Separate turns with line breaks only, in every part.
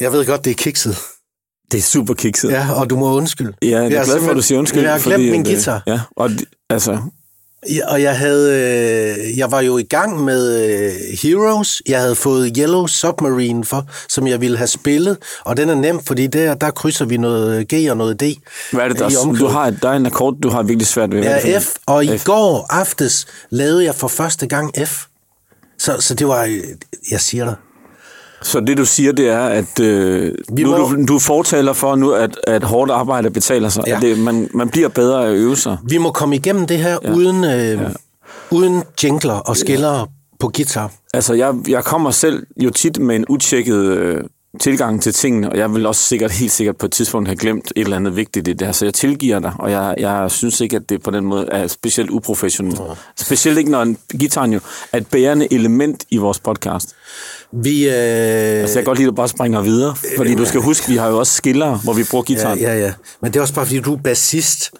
Jeg ved godt, det er kikset.
Det er super kikset.
Ja, og du må undskylde.
Ja, jeg er glad for, at du siger undskyld.
Jeg har
fordi
glemt min
at, øh,
guitar.
Ja, og d- altså,
Ja, Og jeg havde, øh, jeg var jo i gang med øh, Heroes. Jeg havde fået Yellow Submarine for, som jeg ville have spillet. Og den er nem, fordi der, der krydser vi noget øh, G og noget D.
hvad er det, der,
i
er-
omkødet.
du har, der er en akkord, du har virkelig svært ved. Hvad er det for
Ja,
en?
F. Og i går aftes lavede jeg for første gang F. Så, så det var, øh, jeg siger dig,
Så det, du siger, det er, at øh,
Vi
nu,
må-
er du, du fortaler for nu, at, at hårdt arbejde betaler sig.
Ja.
Ja. Det, man, man bliver bedre af at øve sig.
vi må komme igennem det her ja. uden, øh, ja. uden jingler og skiller ja. på guitar.
Altså, jeg, jeg kommer selv jo tit med en utjekket øh, tilgang til tingene, og jeg vil også sikkert, helt sikkert på et tidspunkt have glemt et eller andet vigtigt i det her, så jeg tilgiver dig, og jeg, jeg synes ikke, at det på den måde er specielt uprofessionelt. Specielt ikke, når en, gitaren jo er et bærende element i vores podcast.
Vi, øh,
Så jeg kan godt lide, at du bare springer videre, fordi du skal huske, vi har jo også skiller, hvor vi bruger
Ja,
gitaren.
ja, ja. Men det er også bare, fordi du er bassist.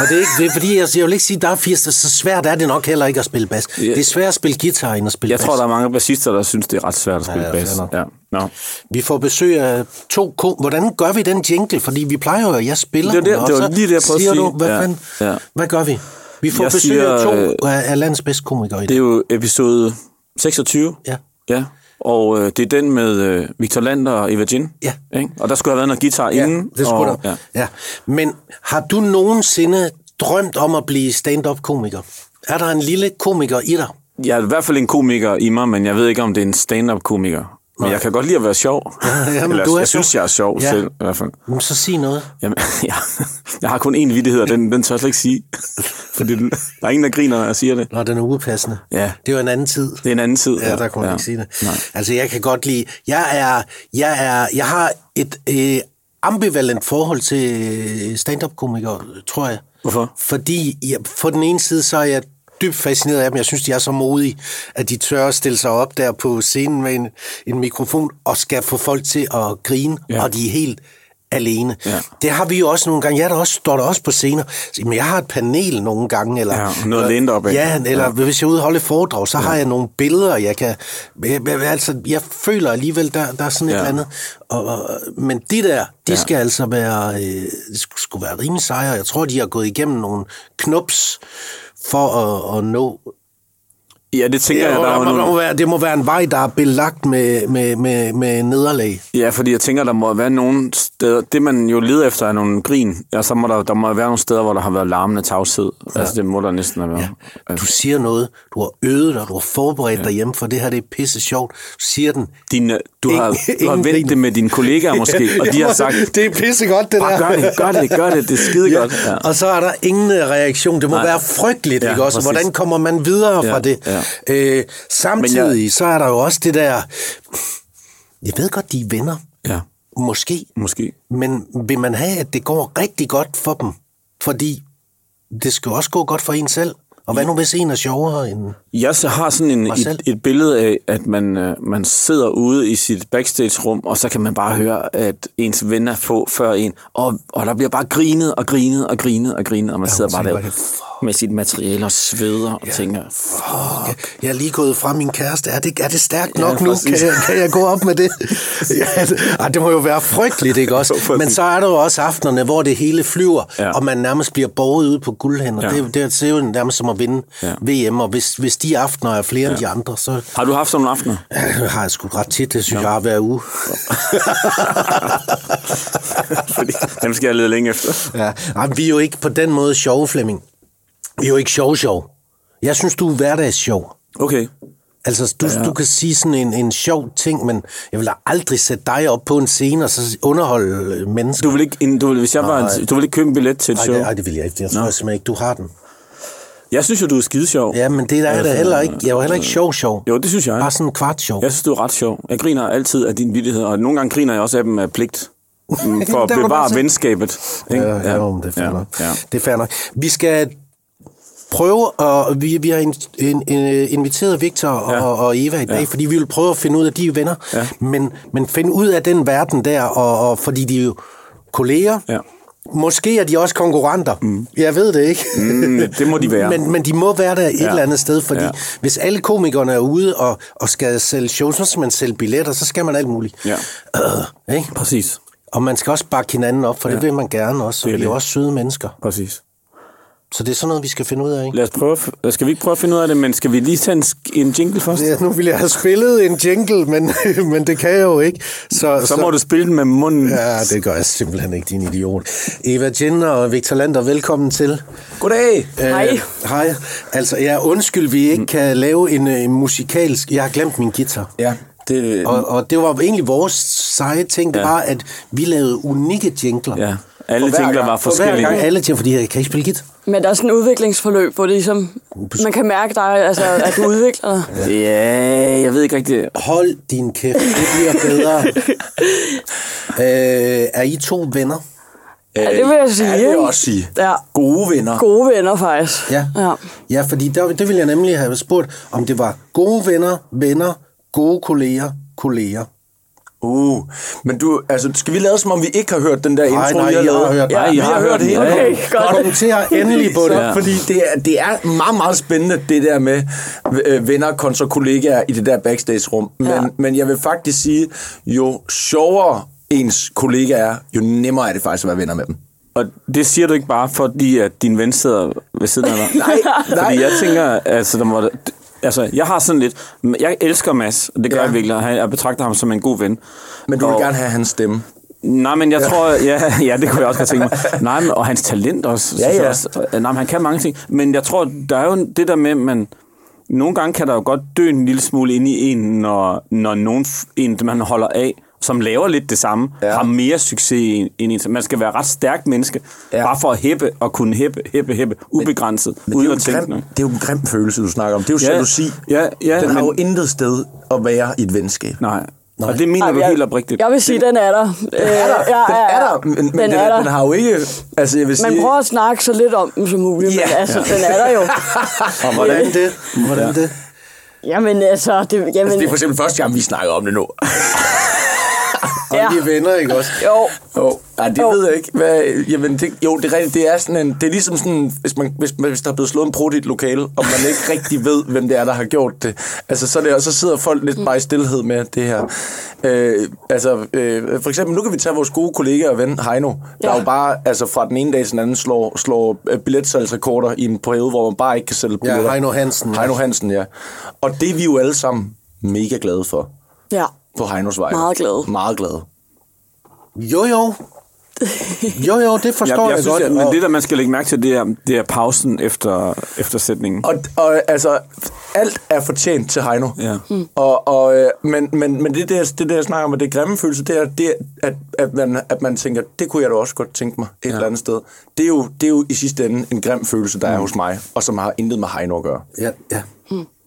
Og det er ikke det, er fordi jeg, jeg vil ikke sige, at der er 80, så svært er det nok heller ikke at spille bas. Det er svært at spille guitar, end at spille
Jeg
bas.
tror, der er mange bassister, der synes, det er ret svært at spille
ja,
ja,
fair
bass.
nok.
Ja. No.
Vi får besøg af to ko. Hvordan gør vi den jingle? Fordi vi plejer jo, at jeg spiller
Det var det-
den, og
det var
så
lige det, jeg prøvede
siger
at sige.
du, hvad,
Ja,
fanden,
ja.
hvad gør vi? Vi får
Jeg
besøg af
siger, øh,
to af af landets bedste komikere i
Det
dag.
er jo episode 26.
Ja.
ja. Og øh, det er den med øh, Victor Lander og Eva Jin.
Ja.
Ikke? Og der skulle have været noget guitar
Ja,
inden.
det skulle
og,
der. Ja. Men har du nogensinde drømt om at blive stand-up-komiker? Er der en lille komiker i dig?
Jeg er i hvert fald en komiker i mig, men jeg ved ikke, om det er en stand-up-komiker. Men jeg kan godt lide at være sjov.
jamen,
Eller,
du er
jeg
sjov.
synes, jeg er sjov
Ja.
ja. selv, i hvert fald.
Jamen, Så sig noget.
Jamen, ja. Jeg har kun én vittighed, og den, den tør jeg slet ikke sige. Fordi den, der er ingen, der griner, når jeg siger det.
Når den er upassende.
Ja.
Det var en anden tid.
Det er en anden tid.
Ja, der kunne man ikke sige det. Nej. Altså, jeg kan godt lide... Jeg, er, jeg, er, jeg har et øh, ambivalent forhold til øh, stand-up-komikere, tror jeg.
Hvorfor?
Fordi jeg, på den ene side, så er jeg dybt fascineret af dem. Jeg synes, de er så modige, at de tør at stille sig op der på scenen med en, en mikrofon og skal få folk til at grine, ja.
Ja.
og de er helt alene. Ja.
Ja.
Det har vi jo også nogle gange. Jeg er der også, står der også på scener. Men jeg har et panel nogle gange. Eller,
Ja, noget at læne dig op ad.
Ja, eller ja. hvis jeg er ude og holde et foredrag, så har jeg nogle billeder, jeg kan... Jeg, jeg- altså, jeg føler alligevel, der, der er sådan et
Ja.
eller andet. Og, og, men de der, de ja. skal altså være... Øh, de skulle, skulle være rimelig sejre. Jeg tror, de har gået igennem nogle knups for at, at nå...
Ja, det tænker
Ja,
jeg, der er jo
det,
nogle...
må være, det må være en vej, der er belagt med, med, med, med nederlag.
Ja, fordi jeg tænker, der må være nogle steder... Det, man jo leder efter, er nogle grin. Ja, så må der, der må være nogle steder, hvor der har været larmende tavshed. Ja. Altså, det må der næsten have været. Ja.
Du siger noget, du har øvet dig, du har forberedt ja. dig hjemme, for det her det er pisse sjovt. Du siger den.
Din, øh, du har, du har
ingen
vendt
grin.
det med dine kollegaer måske, og de har sagt,
Det er pisse godt, det
bare
der.
gør det, gør det, gør det, det er skide godt.
Ja.
Ja.
Og så er der ingen øh, reaktion. Det må Nej.
Nej.
være frygteligt, ja,
Ja,
ikke også?
præcis.
Hvordan kommer man videre
Ja,
fra det?
ja.
Øh, samtidig jeg... så er der jo også det der... Jeg ved godt, de er venner.
ja,
Måske.
måske.
Men vil man have, at det går rigtig godt for dem? Fordi det skal jo også gå godt for en selv. Og hvad nu, hvis en er sjovere end...
Jeg så har sådan en,
selv.
et, et billede af, at man, øh, man sidder ude i sit backstage-rum, og så kan man bare høre, at ens venner få før en, og, og der bliver bare grinet og grinet og grinet og grinet, og man ja, sidder bare
tænker
der med sit materiale og sveder og ja. tænker,
Jeg er lige gået fra min kæreste. Er det, er det stærkt nok ja, nu? Kan
præcis.
jeg, kan jeg gå op med det? ja, det, ej, det må jo være frygteligt, ikke
Jo,
også?
præcis.
Men så er der jo også aftenerne, hvor det hele flyver, ja.
Ja.
og man nærmest bliver borget ude på guldhænder. Ja.
Ja.
Det, det er jo nærmest som at vinde ja.
Ja.
VM, og hvis, hvis de aftener er flere ja. end de andre, så øh,
har du haft sådan nogle aftener?
har jeg sgu ret tit, det synes jeg har hver uge.
Fordi dem skal jeg lede længe efter.
Ja. Ej, vi er jo ikke på den måde sjove, Flemming. Vi er jo ikke sjov-sjov. Jeg synes, du er hverdagssjov.
Okay.
Altså, du, ja. du kan sige sådan en, en sjov ting, men jeg vil da aldrig sætte dig op på en scene og så underholde øh, mennesker.
Du vil ikke, en, du vil, hvis jeg var en, du vil ikke købe en billet til et
Ej,
show?
det, ej, det vil jeg ikke. Jeg tror jeg simpelthen ikke, du har den.
Jeg synes jo, du er skide sjov.
Ja, men det der er da heller ikke. Jeg er jo heller ikke sjov-sjov.
Jo, det synes jeg.
Bare sådan en kvart sjov.
Jeg synes, du er ret sjov. Jeg griner altid af dine vittigheder, og nogle gange griner jeg også af dem af pligt. Mm, For at
Der var du bare
bevare
selv.
venskabet. Ikke?
Ja, ja, jo, men det er fair
ja,
nok.
Ja.
Det er fair nok. Vi skal prøve, og vi, vi har in, in, in, inviteret Victor og,
Ja.
ja. og Eva i dag, ja. fordi vi vil prøve at finde ud af, de er venner, ja. men, men finde ud af den verden der, og, og fordi de er jo kolleger,
Ja.
Måske er de også konkurrenter. Mm. Jeg ved det ikke.
Mm, det må de være.
men, men de må være der et
Ja.
ja. eller andet sted, fordi
Ja.
ja. hvis alle komikerne er ude og, og skal sælge shows, så skal man sælge billetter, så skal man alt muligt.
Ja.
Øh, ikke?
Præcis.
Og man skal også bakke hinanden op, for ja. det vil man gerne også.
Det
Og
er
vi er
det.
jo også søde mennesker.
Præcis.
Så det er sådan noget, vi skal finde ud af, ikke?
Lad os prøve, at f- skal vi ikke prøve at finde ud af det, men skal vi lige tage en, sk- en jingle først?
Ja, nu ville jeg have spillet en jingle, men, men det kan jeg jo ikke. Så,
Så må du spille den med munden. Ja.
Ja, det gør jeg simpelthen ikke, din idiot. Eva Jenner og Victor Lander, velkommen til.
Goddag!
Hej.
Øh, hej. Altså, jeg ja, undskyld, vi
Mm.
ikke kan lave en, øh, en musikalsk... Jeg har glemt min guitar.
Ja, det,
Og, og det var egentlig vores seje ting, det
Øh. Ja.
var, at vi lavede unikke jingler.
ja. alle
For hver
jingler
gang-
var
For
forskellige.
hver gang alle jingler, fordi jeg kan ikke spille guitar.
Men der er sådan et udviklingsforløb, hvor det ligesom, man kan mærke dig, altså, at du udvikler dig.
Ja, jeg ved ikke rigtigt.
Hold din kæft, det bliver bedre. øh, er I to venner?
Ja, det vil jeg sige.
Ja, det vil jeg
ikke?
også sige.
Ja,
Gode venner.
gode venner faktisk.
Ja,
ja.
ja fordi der, det ville jeg nemlig have spurgt, om det var gode venner, venner, gode kolleger, kolleger.
Uh, men du, altså, skal vi lade som om vi ikke har hørt den der intro,
nej,
I har
jeg
lavet?
har hørt den.
ja,
Nej, I
vi
har
har
hørt
hørt
den.
hele.
Okay, godt.
Kommenterer endelig på det.
Så, fordi det er, det er meget, meget spændende, det der med øh, venner kontra kollegaer i det der backstage-rum. Men,
Ja.
men jeg vil faktisk sige, jo sjovere ens kollega er, jo nemmere er det faktisk at være venner med dem.
Og det siger du ikke bare, fordi at din ven sidder ved siden af dig?
Nej, nej.
Fordi jeg tænker, altså, der må, altså, jeg har sådan lidt... Jeg elsker Mads, og det gør ja.
Ja.
jeg virkelig, og han- jeg betragter ham som en god ven.
Men du vil
Og-
gerne have hans stemme.
Nej, men jeg tror... Ja, ja, det kunne jeg også godt tænke mig. Nej, men, og hans talent også.
Ja,
synes jeg
ja.
også. Nej, men han kan mange ting. Men jeg tror, der er jo det der med, man... Nogle gange kan der jo godt dø en lille smule ind i en, når, når nogen, f- en, man holder af, som laver lidt det samme, ja.
Ja.
har mere succes end end en. Man skal være ret stærkt menneske, ja.
Ja.
bare for at hæppe og kunne hæppe, hæppe, hæppe, ubegrænset,
Men det, er
uden
jo
at
en
tænke
grim,
noget.
det er jo en grim følelse, du snakker om. Det er jo
Ja,
jalousi.
ja, ja,
den har
men-
jo intet sted at være i et venskab.
Nej. Nej. Og det mener
Ej,
du
jeg-
helt oprigtigt.
Jeg vil sige, den er der. Den
Den er der,
Ja,
den
ja, ja.
er der, men, men
den, er der.
den har jo ikke... Altså, jeg vil sige,
Man prøver at snakke så lidt om den som muligt,
Ja.
men altså, den er der jo.
Og hvordan det? Hvordan ja. det?
Jamen altså, det, jamen,
Altså, det er for eksempel første gang, vi snakker om det nu.
Og
Ja.
ja. de er venner, ikke også?
jo,
Jo, nej, det
Jo.
ved jeg ikke. Hvad, jamen, det, jo, det er rigtigt. Det er, sådan en, det er ligesom sådan, hvis, man, hvis, man, hvis der er blevet slået en prut i et lokale, og man ikke rigtig ved, hvem det er, der har gjort det. Altså, så, er det, og så sidder folk lidt bare i stillhed med det her. Øh, altså, øh, for eksempel, nu kan vi tage vores gode kollega og ven, Heino, der
Ja.
ja. jo bare altså, fra den ene dag til den anden slår, slår øh, billetsalgsrekorder i en periode, hvor man bare ikke kan sælge
Ja,
billetter.
Heino Hansen.
Heino Hansen, ja. Og det er vi jo alle sammen mega glade for
ja.
på Heinos vej.
Meget glade.
Meget glade.
Jo, jo. Jo, jo, det forstår jeg,
jeg, jeg synes,
godt.
at, men
og,
det, der man skal lægge mærke til, det er, det er pausen efter, efter sætningen.
Og, og altså, alt er fortjent til Heino.
Ja. Mm.
Og, og, øh, men, men, men det, der, det der, jeg snakker om, at det grimme følelse, det er, det, er, at, at, man, at man tænker, det kunne jeg da også godt tænke mig et ja. eller andet sted. Det er, jo, det er jo i sidste ende en grim følelse, der mm. er hos mig, og som har intet med Heino at gøre.
ja, ja.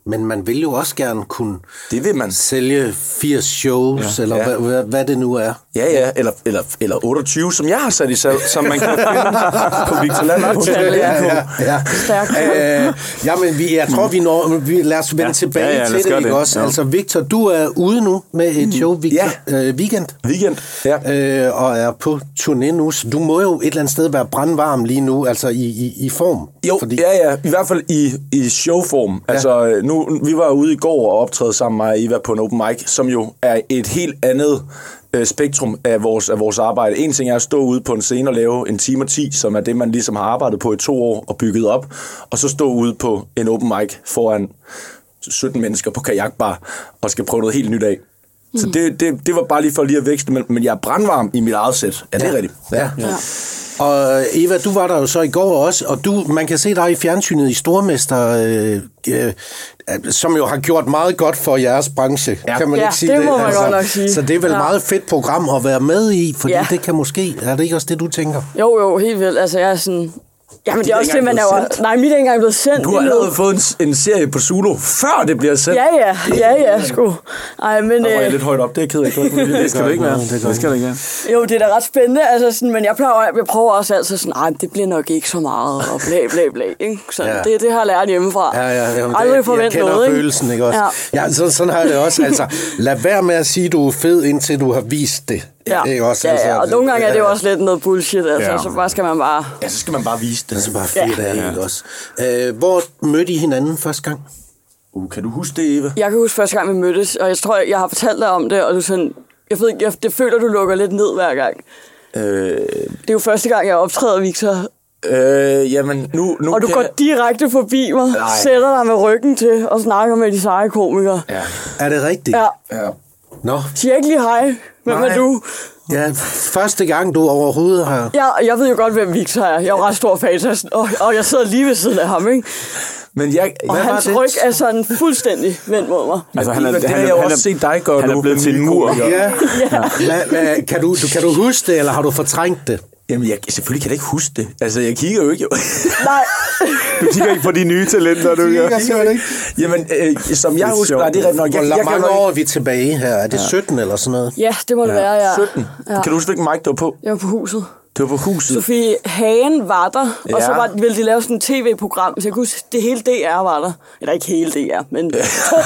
Men man vil jo også gerne kunne
Det vil man.
sælge 80 shows, ja. eller
Ja.
ja. Hvad, hvad, hvad det nu er.
Ja, ja, eller, eller, eller 28, som jeg har sat i salg, som man kan finde på Victor Landmark.
Ja,
ja.
Stærk.
Øh, jamen, vi, jeg tror, vi når... Vi, lad os vende
Ja.
ja. tilbage
Ja,
ja,
ja,
ja,
lad
til
os
det,
gøre
ikke
det.
også?
Ja. Mm.
Altså, Victor, du er ude nu med et show, Victor,
Ja.
øh, Weekend,
Weekend. Ja.
øh, og er på turné nu. Så du må jo et eller andet sted være brandvarm lige nu, altså i, i, i form.
Jo, fordi... ja, ja. I hvert fald i, i showform. Ja. Altså, øh, nu, vi var ude i går og optræde sammen med Eva på en open mic, som jo er et helt andet øh, spektrum af vores, af vores arbejde. En ting er at stå ude på en scene og lave en time og ti, som er det, man ligesom har arbejdet på i to år og bygget op, og så stå ude på en open mic foran 17 mennesker på kajakbar og skal prøve noget helt nyt af. Så
Mm.
det, det, det var bare lige for lige at vækste, men, men jeg er brandvarm i mit eget sæt. Ja, det er
Ja.
rigtigt. Ja.
Ja.
Og øh, Eva, du var der jo så i går også, og du, man kan se dig i fjernsynet i Stormester, øh, øh, som jo har gjort meget godt for jeres branche, ja. kan man
Ja,
ikke sige
det
det? Altså,
må man godt nok sige.
Så det er vel
Ja.
ja. meget fedt program at være med i, fordi
Ja.
ja. det kan måske, er det ikke også det, du tænker?
Jo, jo, helt vildt. Altså, jeg er sådan... Jamen, det er
er
også
ikke
det, man er
engang blevet
jo... Nej, mit er ikke engang blevet sendt.
Du har
endnu.
allerede fået en, en serie på Zulu, før det bliver sendt.
Ja, ja, ja, ja, sgu. Ej, men...
Der var jeg
Øh,
lidt højt op, det er jeg ked af. Det var ikke meningen.
Det skal du ikke være.
Nej, det gør
Det skal du ikke være.
jo, det er da ret spændende, altså sådan, men jeg, plejer, jeg prøver også altid sådan, nej, det bliver nok ikke så meget, og bla bla bla, ikke? Så ja.
Ja.
det, det har jeg lært hjemmefra.
Ja, ja, jamen,
Aldrig
det, jeg
forvent
kender
noget,
følelsen, ikke også?
Ja.
Ja, ja sådan, sådan har jeg det også. Altså, lad være med at sige, du er fed, indtil du har vist det.
Ja,
Ikke også?
ja,
Altså,
ja. og nogle gange er det jo også lidt noget bullshit, altså,
Ja.
ja. så bare skal man bare...
Ja, så skal man bare vise det.
Altså bare fedt ja. er det ja. også. Øh, hvor mødte I hinanden første gang?
Uh, kan du huske det, Eva?
Jeg kan huske første gang, vi mødtes, og jeg tror, jeg har fortalt dig om det, og du sådan... Jeg ved ikke, jeg, det føler, du lukker lidt ned hver gang.
Øh,
Det er jo første gang, jeg optræder, Victor,
øh, jamen, nu, nu
Og du
kan...
går direkte forbi mig,
Nej.
Nej. sætter dig med ryggen til og snakker med de seje komikere. Ja.
Ja,
Er det rigtigt?
ja.
ja.
Nå.
Siger ikke lige hej. Hvem
Nej.
er du?
Ja, første gang du overhovedet har...
Ja, og jeg ved jo godt, hvem Victor er. Jeg er jo ret stor fan, af- og, og jeg sidder lige ved siden af ham, ikke?
Men jeg...
Og
Hvad var
hans
det?
ryg er sådan fuldstændig vendt mod mig.
Altså,
Men Ivan, det har jeg jo også set dig gøre
han
nu,
er blevet
den
til en
nye
mur.
komiker.
Ja. Hva, hva, kan, du, du, kan du huske det, eller har du fortrængt det?
Jamen, jeg, selvfølgelig kan jeg da ikke huske det. Altså, jeg kigger jo ikke...
Nej,
Du kigger ikke på de nye talenter, du gør.
Jamen, øh, som jeg
Det er
husker,
sjovt.
nej, det er rigtigt nok. Jeg,
Hvor
jeg
jeg,
kan
mange
nok-
år er vi tilbage her? Er det 17 eller sådan noget?
ja, det må det være, ja.
17.
Ja.
Kan du huske, hvilken mic det var på?
Jeg var på huset.
Det var på huset.
Sofie Hagen var der, ja. og så
Ja.
var, ville de lave sådan et tv-program, så jeg kunne huske, det hele DR var der. Eller ikke hele DR, men to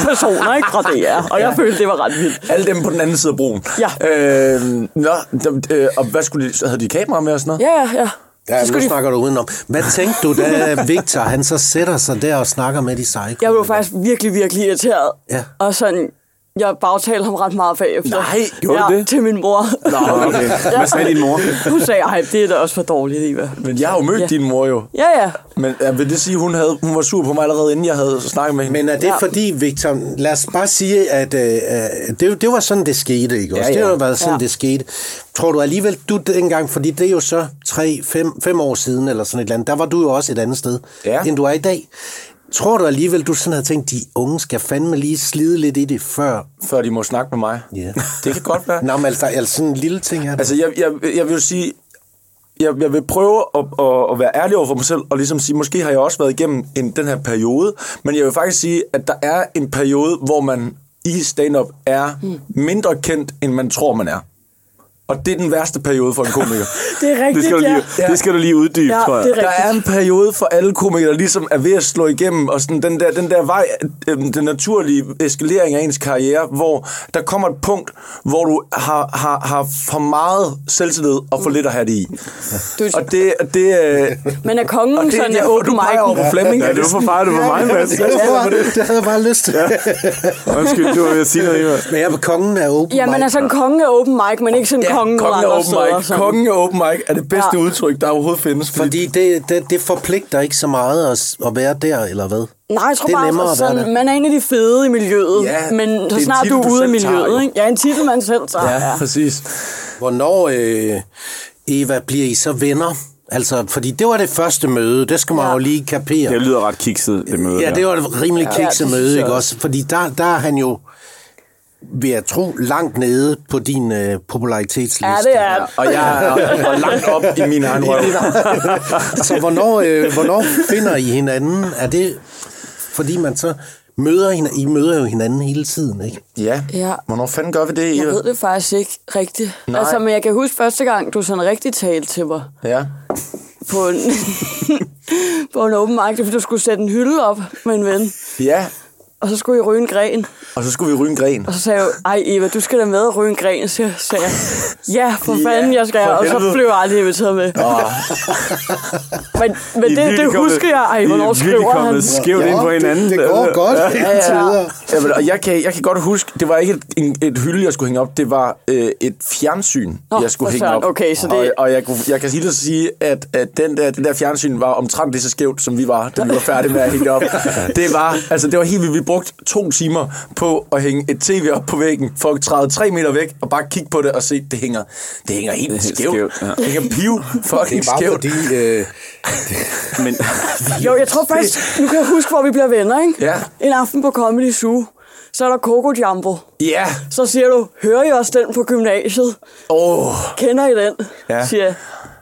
personer, ikke fra DR. Og jeg følte, det var ret vildt.
Alle dem på den anden side af broen.
Ja.
Øh, nå, dem, øh, og hvad skulle de... Så havde de kamera med og sådan noget?
Ja, ja, ja.
Ja,
Så
nu
skulle de-
snakker du udenom. Hvad tænkte du, da Victor han så sætter sig der og snakker med de seje?
Jeg blev faktisk virkelig, virkelig irriteret.
Ja.
Og sådan, jeg bagtalte ham ret meget bagefter.
Nej,
gjorde
ja,
du det?
Til min mor.
Nå, okay. Hvad sagde din mor?
Hun sagde, ej, det er da også for dårligt, Eva.
Men jeg har jo mødt
Ja.
din mor jo.
Ja, ja.
Men øh, vil det sige, hun, havde, hun var sur på mig allerede, inden jeg havde snakket med hende?
Men er det ja. fordi, Victor, lad os bare sige, at øh, øh, det, det var sådan, det skete, ikke også? Ja, ja.
Ja, ja.
Det har jo været sådan, ja.
Ja.
det skete. Tror du alligevel, du dengang, fordi det er jo så 3-5 år siden, eller sådan et eller andet, der var du jo også et andet sted,
Ja.
ja. end du er i dag. Tror du alligevel, du sådan havde tænkt, de unge skal fandme lige slide lidt i det før?
Før de må snakke med mig.
øh, Ja.
Det kan godt være.
Nå, men altså, altså sådan en lille ting her. Altså,
Altså, jeg, jeg, jeg vil jo sige, jeg, jeg vil prøve at, at, at være ærlig over for mig selv, og ligesom sige, måske har jeg også været igennem en, den her periode, men jeg vil faktisk sige, at der er en periode, hvor man i stand-up er
Mm.
mindre kendt, end man tror, man er. Og det er den værste periode for en komiker.
Det er rigtigt,
Det skal du lige,
ja.
det skal du lige uddybe,
Ja,
tror jeg.
det er
Der
rigtigt.
er en periode for alle komikere, der ligesom er ved at slå igennem, og sådan den der, den der vej, øh, den naturlige eskalering af ens karriere, hvor der kommer et punkt, hvor du har, har, har for meget selvtillid og for lidt at have det i.
Mm. Du-
Og det, og det, øh,
Men er kongen
og det,
sådan,
det,
jeg
og du
åbner
peger over på
mig.
Flemming.
Ja,
er
det var for
sådan-
mig, det var for mig, Mads.
det havde jeg bare lyst til. Ja.
Undskyld, du var ved at sige noget, Ivan.
Men jeg på kongen er åben
Ja, men
mic.
altså, en konge er open mic, men ikke sådan en
Ja,
konge,
kongen er
andre
open
steder.
mic.
sådan.
Kongen er open mic er det bedste
Ja.
udtryk, der overhovedet findes. Fordi
Fordi det, det, det forpligter ikke så meget at, s- at være der, eller hvad?
Nej, jeg tror
det er
bare,
nemmere
altså,
at være
sådan, man er en af de fede i miljøet,
Ja,
men
det er
så
en
snart
titel,
du er
du
ude i
selv tager, jo.
miljøet, ikke? Ja, en titel, man selv tager.
ja, præcis.
Hvornår, øh, Eva, bliver I så venner? Altså, fordi det var det første møde, det skal man ja.
Ja.
jo lige kapere.
Det lyder ret kikset, det møde.
ja, det var et rimelig
Ja, det
kikset
synes
møde,
jeg
ikke
også.
også? Fordi der, der er han jo, vil jeg tro, langt nede på din øh, popularitetsliste.
Ja, det er.
Og jeg er og langt op i min egen røv.
Så hvornår, øh, hvornår finder I hinanden? Er det, fordi man så møder hinanden? I møder jo hinanden hele tiden, ikke?
Ja.
Ja.
Hvornår fanden gør vi det, Eva?
Jeg ved det faktisk ikke rigtigt.
Nej.
Altså, men jeg kan huske første gang, du sådan rigtig talte til mig.
Ja.
på en, på en åben marked, fordi du skulle sætte en hylde op med en ven.
Ja,
Og så skulle I ryge en gren.
og så skulle vi ryge en gren.
Og så sagde jeg, ej Eva, du skal da med og ryge en gren. Så sagde jeg, ja, for
Ja,
fanden, jeg skal.
for
Og så
helvede.
blev jeg aldrig inviteret med. Men, men
I er
det,
virkelig
det
kommet-
husker jeg.
I
Ej,
er
hvornår
virkelig
skriver han?
kommet skævt ind på hinanden.
Det, det går godt. Ja, ja, ja.
Jamen, og jeg kan, jeg kan godt huske, det var ikke et, en, et hylde, jeg skulle hænge op, det var øh, et fjernsyn,
Nå,
jeg skulle
for
hænge
søren.
op.
Okay, så det-
Og, og jeg, kunne, jeg kan lige så sige, at, at den der, det der fjernsyn var omtrent lige så skævt, som vi var, da vi var færdige med at hænge det op. Det var, altså, det var helt vildt. Vi brugte to timer på at hænge et tv op på væggen, for at træde tre meter væk, og bare kigge på det og se, det hænger, det hænger helt, det
helt
skævt.
skævt, ja.
Det hænger piv
Det
fucking
er bare
skævt.
fordi, øh,
Men,
Jo, jeg tror faktisk, nu kan jeg huske, hvor vi bliver venner, ikke?
Ja.
En aften på Comedy Zoo, så er der Coco Jumbo.
Ja,
Så siger du, hører I også den på gymnasiet?
åh. Oh.
kender I den?
Ja.
Ja. Siger jeg,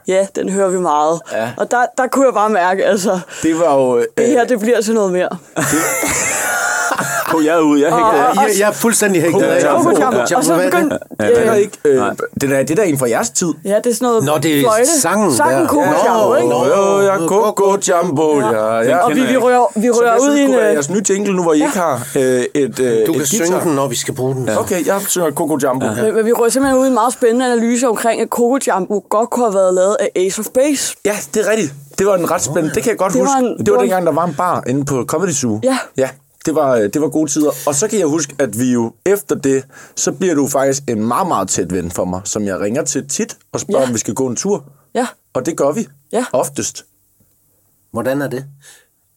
ja, den hører vi meget.
Ja.
Og der, der kunne jeg bare mærke, altså,
Det var jo... øh,
det her, det bliver til noget mere.
På jer ude, jeg hægter jer.
Jeg, jeg er fuldstændig hægtet af.
Coco
Coco
Jumbo.
Jumbo,
Og så
hvad er det?
begyndte...
Den er
øh,
ikke, øh, den er, det er da en fra jeres tid.
Ja, det er sådan noget
Nå, det er
fløjte.
sangen
Sangen
der.
Coco
Ja.
Jumbo,
Nå,
ikke?
nå.
Jo, jeg er Coco Jumbo, ja. ja.
Og vi, vi
ikke.
rører, vi
Så
rører
jeg
ud
synes,
i
det
en...
kunne være
øh,
jeres nye jingle nu, hvor I ikke har øh, et, øh,
Du
et
kan synge
guitar.
den, når vi skal bruge den.
Okay, jeg synger Coco Jumbo. Ja.
Men, men vi rører simpelthen ud i en meget spændende analyse omkring, at Coco Jumbo godt kunne have været lavet af Ace of Base.
ja, det er rigtigt. Det var en ret spændende. Det kan jeg godt
Det var
huske.
en-
det
det
var
var en-
dengang, der var en bar inde på Comedy Zoo.
Ja.
Ja, det var, øh, det var gode tider. Og så kan jeg huske, at vi jo efter det, så bliver du faktisk en meget, meget tæt ven for mig, som jeg ringer til tit og spørger,
Ja.
om vi skal gå en tur.
Ja.
Og det gør vi.
Ja.
Oftest.
Hvordan er det?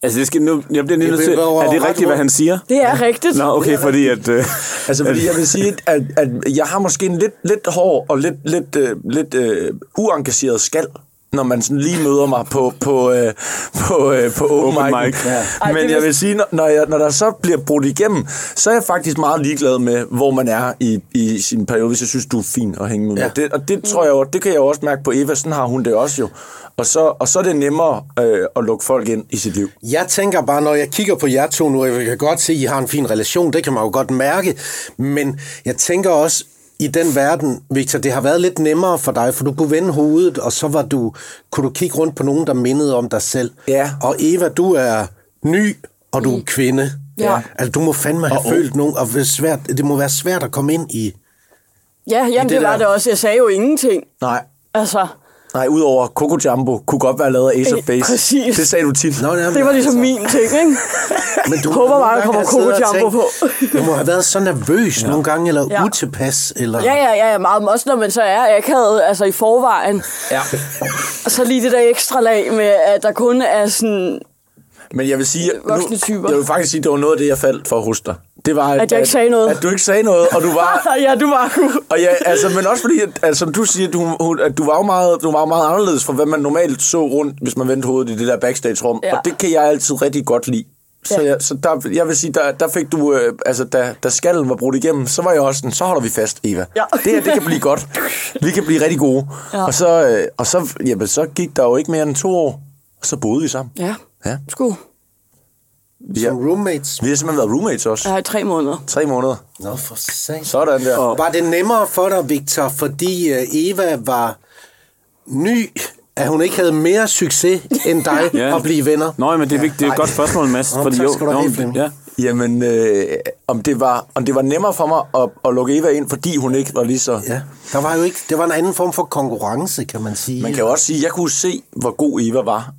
Altså, det skal nu, jeg bliver lige nødt
ved,
til,
hvad var
er det
ret
rigtigt,
imod?
hvad han siger?
Det er rigtigt.
Nå, okay, fordi at... Øh,
Altså, fordi jeg vil sige, at, at jeg har måske en lidt, lidt hård og lidt, lidt, øh, lidt øh, uengageret skal, når man sådan lige møder mig på, på, øh, på, øh, på open,
Open
open mic.
mic. Ja.
Ja.
Ej,
Men
det
jeg
vil-
vil sige, når, når, jeg, når der så bliver brudt igennem, så er jeg faktisk meget ligeglad med, hvor man er i, i sin periode, hvis jeg synes, du er fin at hænge ud med.
Ja.
Ja. Det, og det tror jeg jo, det kan jeg jo også mærke på Eva, sådan har hun det også jo. Og så, og så er det nemmere øh, at lukke folk ind i sit liv.
Jeg tænker bare, når jeg kigger på jer to nu, og jeg kan godt se, at I har en fin relation, det kan man jo godt mærke, men jeg tænker også, i den verden, Victor, det har været lidt nemmere for dig, for du kunne vende hovedet, og så var du, kunne du kigge rundt på nogen, der mindede om dig selv.
Ja.
Og Eva, du er ny, og du er kvinde.
Mm. Ja.
Altså, du må fandme have
ung.
følt nogen, og det, er svært, det må være svært at komme ind i.
Ja, jamen,
det
det, det var
der-
det også. Jeg sagde jo ingenting.
Nej.
Altså,
Nej, udover Coco Jumbo kunne godt være lavet af Ace of
Øh,
Base.
præcis.
Det sagde du tit.
Nå, jamen,
det var ligesom
altså.
min ting, ikke?
Men du
Håber bare,
nogle
der kommer
gange har jeg siddet
Coco
og
Jumbo
tænkt, Du må have været så nervøs ja. nogle gange, eller ja.
Ja.
utilpas, eller...
Ja, ja, ja, ja, meget også, når man så er akavet, altså i forvejen.
Ja.
Og så lige det der ekstra lag med, at der kun er sådan,
Men jeg vil sige...
Voksne typer.
Jeg vil faktisk sige, det var noget af det, jeg faldt for hos dig. Det var,
At jeg ikke sagde noget.
At du ikke sagde noget, og du var...
"Ah, ja, du var
Og ja, altså, men også fordi, at, at, som du siger, du, hun- at du var jo meget, du var jo meget anderledes fra, hvad man normalt så rundt, hvis man vendte hovedet i det der backstage-rum.
Ja.
Og det kan jeg altid rigtig godt lide. Så,
Ja.
jeg, så der, jeg vil sige, der, der fik du, øh, altså da, da skallen var brudt igennem, så var jeg også sådan, så holder vi fast, Eva.
Ja.
Det her, det kan blive godt. Vi kan blive rigtig gode.
Ja.
Og, så, øh, og så, jamen, så gik der jo ikke mere end to år, og så boede vi sammen.
Ja,
Ja.
sgu.
Som roommates.
Vi har simpelthen været roommates også.
Jeg har i tre måneder.
Tre måneder.
Nå, for satan.
Sådan der.
Var det nemmere for dig, Victor, fordi øh, Eva var ny, at hun ikke havde mere succes end dig
Ja.
at blive venner?
Nå, men det er, vigtigt, det er et
Nej.
godt spørgsmål, Mads.
Nå,
fordi
tak
jo,
skal du have,
jo,
Flemming.
ja.
Jamen, øh, om, det var, om det var nemmere for mig at, at lukke Eva ind, fordi hun ikke var lige så...
Ja, der var jo ikke, det var en anden form for konkurrence, kan man sige.
Man kan jo også sige, at jeg kunne se, hvor god Eva var.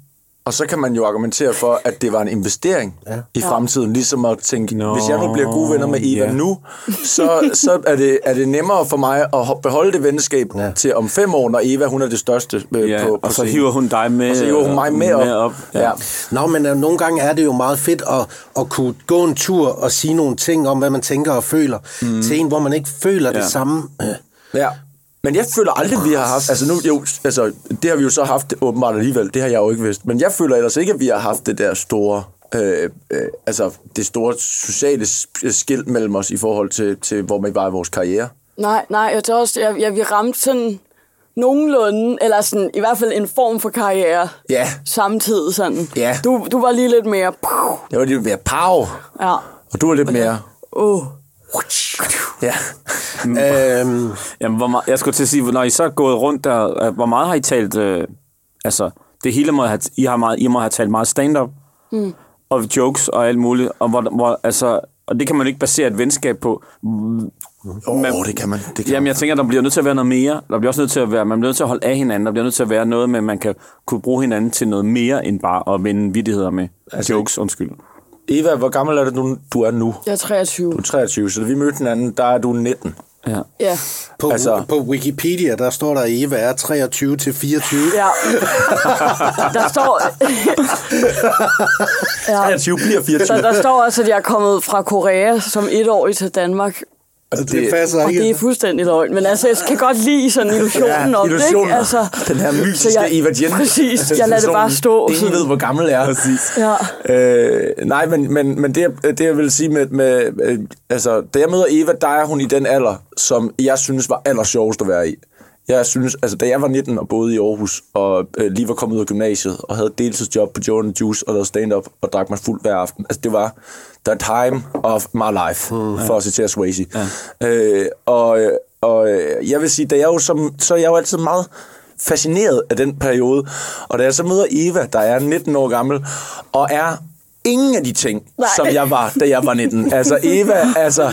Og så kan man jo argumentere for, at det var en investering ja. i fremtiden. Ligesom at tænke,
Nå,
Nå, hvis jeg nu bliver gode venner med Eva
ja.
yeah. nu, så, så er, det, er det nemmere for mig at ho- beholde det venskab
Ja.
ja. til om fem år, når Eva hun er det største øh,
ja.
på, på
og så
scenen.
hiver hun dig med,
og så hiver hun mig med op.
Ja.
Ja.
Nå, men øh, nogle gange er det jo meget fedt at, at kunne gå en tur og sige nogle ting om, hvad man tænker og føler, mm. til en, hvor man ikke føler ja.
Ja.
det samme. Øh,
Ja. Men jeg føler aldrig, vi har haft... Altså, nu, jo, altså, det har vi jo så haft åbenbart alligevel. Det har jeg jo ikke vidst. Men jeg føler ellers ikke, at vi har haft det der store... Øh, øh, altså, det store sociale skilt mellem os i forhold til, til hvor man var i vores karriere.
Nej, nej, jeg tror også, jeg, jeg, vi ramte sådan nogenlunde, eller sådan, i hvert fald en form for karriere
Ja.
samtidig sådan.
Ja.
Du, du var lige lidt mere, puh,
Jeg var lidt mere pav,
ja,
og du var lidt mere...
åh.
Ja.
Øhm,
Jamen, hvor meget, jeg skulle til at sige, når I så er gået rundt der, øh, hvor meget har I talt... Øh, altså, det hele må have, I, har meget, I må have talt meget stand-up mm. og jokes og alt muligt. Og, hvor, hvor, altså, og det kan man jo ikke basere et venskab på.
Åh,
Man-
oh, det kan man. Det kan
Jamen, jeg tænker, der bliver nødt til at være noget mere. Der bliver også nødt til at være, man bliver nødt til at holde af hinanden. Der bliver nødt til at være noget med, at man kan kunne bruge hinanden til noget mere end bare at vende vittigheder med. Altså, jokes, undskyld.
man. Eva, hvor gammel er det, du, du er nu?
Jeg er 23.
Du er 23, så da vi mødte hinanden, der er du 19.
Ja.
Ja.
på, altså.
Altså-
på Wikipedia, der står der, at Eva er 23 til 24.
Ja. Der står... ja.
23 bliver
Så
24.
der står også, at jeg er kommet fra Korea som etårig til Danmark.
det, Altså, det
det-
passer
Og
ikke.
det er fuldstændig løgn. Men altså, jeg kan godt lide sådan illusionen om det, ikke? Altså,
Den her mystiske
så
jeg,
jeg-
Eva Jen.
Præcis, jeg lader det bare stå.
Ingen ved, hvor gammel jeg er. Præcis.
Ja.
Øh, nej, men, men, men det, jeg- det, jeg vil sige med... med øh, altså, da jeg møder Eva, der er hun i den alder, som jeg synes var allersjovest at være i. Jeg synes, altså da jeg var 19 og boede i Aarhus, og øh, lige var kommet ud af gymnasiet, og havde et deltidsjob på Jordan Juice, og lavede stand-up, og drak mig fuld hver aften. Altså det var the time of my life, mm, for at citere Swayze. Ja. Øh, og, øh, og øh, jeg vil sige, da jeg jo som, så er jeg jo altid meget fascineret af den periode. Og da jeg så møder Eva, der er 19 år gammel, og er ingen af de ting, Nej.
Nej.
som jeg var, da jeg var 19. Altså Eva, altså,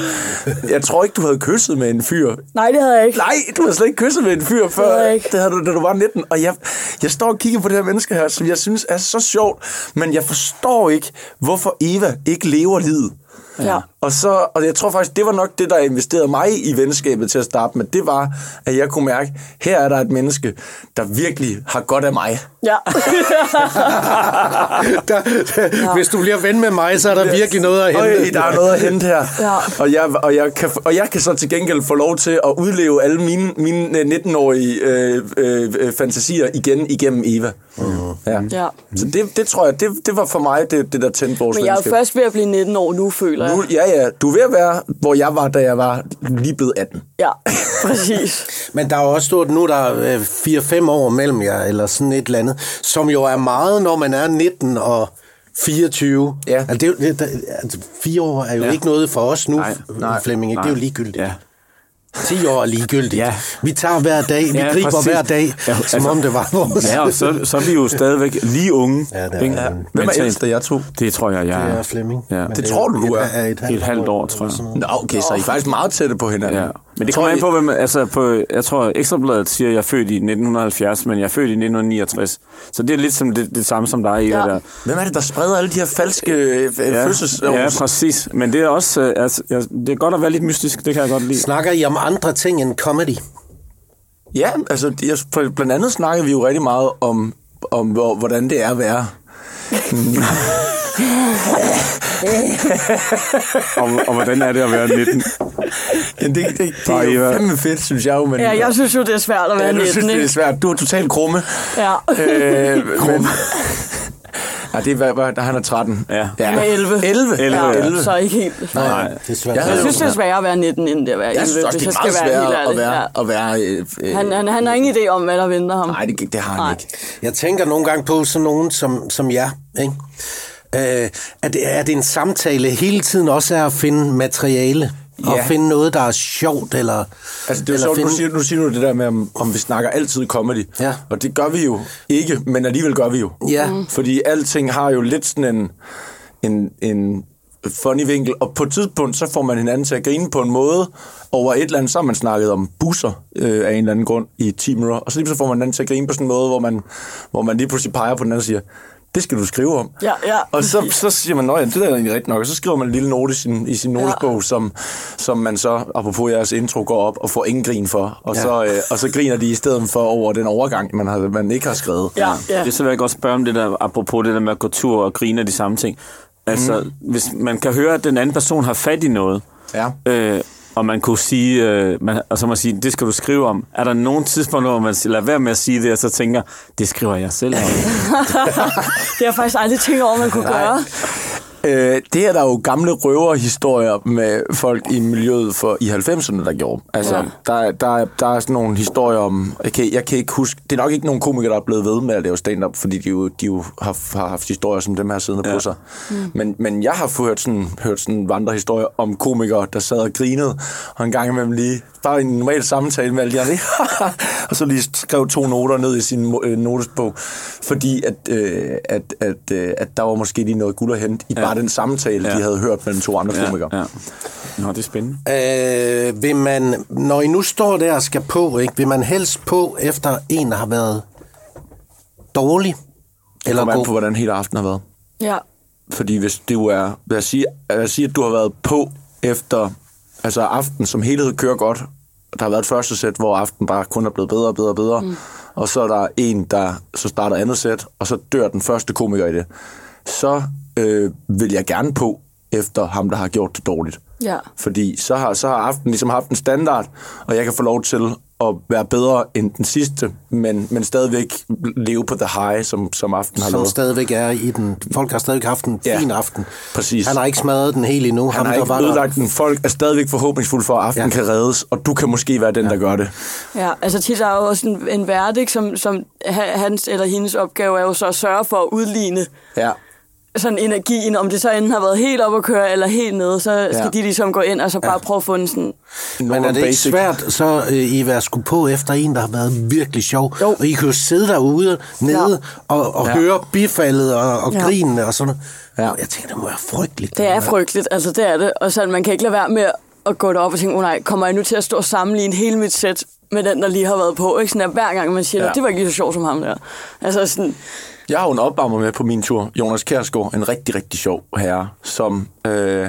jeg tror ikke, du havde kysset med en fyr.
Nej, det havde jeg ikke.
Nej, du havde slet ikke kysset med en fyr før,
havde jeg
det,
ikke.
havde du, da du var 19. Og jeg, jeg står og kigger på det her menneske her, som jeg synes er så sjovt, men jeg forstår ikke, hvorfor Eva ikke lever livet.
Ja.
Og, så, og jeg tror faktisk, det var nok det, der investerede mig i venskabet til at starte med. Det var, at jeg kunne mærke, her er der et menneske, der virkelig har godt af mig.
Ja.
der, ja. Hvis du bliver ven med mig, så er der virkelig noget at hente.
Øj, der er noget at hente her.
Ja.
Og, jeg, og, jeg kan, og jeg kan så til gengæld få lov til at udleve alle mine, mine øh, 19-årige øh, øh, øh, fantasier igen igennem Eva. Uh-huh. Ja.
Ja.
Så det, det tror jeg, det, det var for mig det, det der tændte vores
Men jeg er
venskab.
jo først ved at blive 19 år nu, føler jeg.
Nu, ja, ja. Du er ved at være, hvor jeg var, da jeg var lige blevet 18.
Ja, præcis.
Men der er jo også stort nu, der er øh, 4-5 år mellem jer, eller sådan et eller andet, som jo er meget, når man er 19 og 24.
Ja.
Altså, det, er jo- det, det, altså, fire år er jo ja. ikke noget for os nu, nej, nej, Flemming. Ikke? Det er jo ligegyldigt.
Ja.
10 år er ligegyldigt.
Ja.
Vi tager hver dag, vi
Ja,
griber
præcis.
hver dag,
Ja,
ja,
altså-
som om det var vores.
Ja, og så, så er vi jo stadigvæk lige unge.
Ja, det er
ikke?
vi. Ja.
Hvem er
Mentalt.
ældst af jer to?
Det tror jeg, jeg
Det er Flemming.
Ja.
Men
Det
er
tror du,
jo
du
et-
er.
er et,
Det er et halvt år, tror jeg.
eller sådan noget.
Nå, okay, så I er faktisk meget tætte på hinanden.
Ja. Men det kommer an på, hvem, altså på, jeg tror, Ekstrabladet siger, at jeg er født i 1970, men jeg er født i 1969. Så det er lidt som det, det samme som dig, Eva,
Ja.
der.
Hvem er det, der spreder alle de her falske øh, fødselsår?
ja, præcis. Men det er også, øh, altså, jeg, det er godt at være lidt mystisk, det kan jeg godt lide.
Snakker I om andre ting end comedy?
Ja, altså jeg, for- blandt andet snakkede vi jo rigtig meget om, om hvor, hvordan det er at være.
Og, og hvordan er det at være 19?
Det, det, det, det
Ej,
er jo
Eva.
fandme fedt, synes jeg jo. Men,
Ja, jeg synes jo, det er svært at være
ja,
19,
du synes, det er
ikke?
svært. Du er totalt krumme.
Ja.
Øh, men, ja, det er, hvad, hvad, han er 13.
Ja.
Med 11.
11.
11,
Ja,
ja.
11.
så ikke helt.
Nej, det er svært.
Jeg
Jeg
havde
synes, det er sværere at være 19, end det at være 11,
Jeg synes også,
hvis
det er
jeg
meget
skal være helt
svært at
ærlig.
være...
Ja.
At være øh, øh,
Han, han, han har ingen idé om, hvad der venter ham.
nej, det, det har han
Nej.
ikke.
Jeg tænker nogle gange på sådan nogen som, som jer, ikke? Øh, at, at en samtale hele tiden også er at finde materiale, ja. og
Ja.
finde noget, der er sjovt, eller
Altså, det er jo
eller
sjovt, nu siger, nu siger du det der med, om, om vi snakker altid comedy.
Ja.
Og det gør vi jo ikke, men alligevel gør vi jo.
Ja. Mm.
Fordi alting har jo lidt sådan en, en, en funny vinkel, og på et tidspunkt, så får man hinanden til at grine på en måde over et eller andet. Så har man snakket om busser øh, af en eller anden grund i 10 minutter, og så lige så får man hinanden til at grine på sådan en måde, hvor man, hvor man lige pludselig peger på den anden og siger, det skal du skrive om.
Ja, ja.
Og så, så siger man, at ja, det der er egentlig rigtigt nok, og så skriver man en lille note i sin, i sin notesbog, som, som man så, apropos jeres intro, går op og får ingen grin for. Og, ja. så, øh, og så griner de i stedet for over den overgang, man, har, man ikke har skrevet.
Ja, ja.
Det er så vil jeg godt spørge om det der, apropos det der med at gå tur og grine af de samme ting. Altså, mm. hvis man kan høre, at den anden person har fat i noget,
Mhm. Ja.
øh, og man kunne sige, øh, man, og så må sige, det skal du skrive om. Er der nogen tidspunkt, hvor man s- lader være med at sige det, og så tænker, det skriver jeg selv om.
Det har jeg faktisk aldrig tænkt over, man kunne gøre.
Øh, det er der jo gamle røverhistorier med folk i miljøet for i 90'erne, der gjorde. Altså, ja.
Ja.
der, der, der er sådan nogle historier om... Okay, jeg kan ikke huske... Det er nok ikke nogen komikere, der er blevet ved med at lave stand-up, fordi de jo, de jo har, har haft historier som dem her siddende ja. på sig. Mm. Men, men jeg har fået hørt sådan, hørt sådan vandrehistorier om komikere, der sad og grinede, og en gang imellem lige... Bare i en normal samtale med alle de andre. og så lige skrev to noter ned i sin mo- øh, notesbog, fordi at, øh, at, at, øh, at der var måske lige noget guld at hente i ja. bare den samtale, ja. de havde hørt mellem to andre komikere.
ja. Nå, det er spændende.
Øh, vil man, når I nu står der og skal på, ikke, vil man helst på efter en, der har været dårlig?
Eller
Eller
kommer an på,
god?
hvordan hele aftenen har været.
Ja.
Fordi hvis du er... Lad os sige, lad os sige at du har været på efter... Altså aften som helhed kører godt. Der har været et første sæt, hvor aften bare kun er blevet bedre og bedre og bedre. Mm. Og så er der en, der så starter andet sæt, og så dør den første komiker i det. Så øh, vil jeg gerne på efter ham, der har gjort det dårligt.
Ja.
Fordi så har, så har aftenen ligesom haft en standard, og jeg kan få lov til at være bedre end den sidste, men, men stadigvæk leve på the high, som, som aften har
som
lovet.
stadigvæk er i den. Folk har stadigvæk haft en
Ja,
fin aften.
præcis.
Han har ikke smadret den helt endnu.
Han har
der
ikke
var der-
ødelagt den. Folk er stadigvæk forhåbningsfulde for, at aftenen
Ja.
ja. kan reddes, og du kan måske være den, ja. der gør det.
Ja, altså tit er der jo også en, en vært, ikke, som, som ha- hans eller hendes opgave er jo så at sørge for at udligne
Ja.
sådan energien, om det så enten har været helt op at køre eller helt nede, så skal
Ja.
ja. de ligesom gå ind og så bare ja. prøve at få en sådan...
Men er det ikke svært så øh, i at være skulle på efter en, der har været virkelig sjov?
Jo.
Og I kan jo sidde derude nede og, og
Ja.
høre bifaldet og, og
Ja.
grinene og sådan noget.
Ja.
Ja. Jeg tænker, det må være frygteligt.
Det er frygteligt, altså det er det. Og sådan, man kan ikke lade være med at gå derop og tænke, oh nej, kommer jeg nu til at stå og sammenligne hele mit sæt med den, der lige har været på? Ikke? Sådan, at hver gang man siger,
Ja.
ja. det var ikke lige så sjovt som ham der. Altså sådan,
Jeg har jo en opvarmer med på min tur, Jonas Kjærsgaard, en rigtig, rigtig sjov herre, som øh,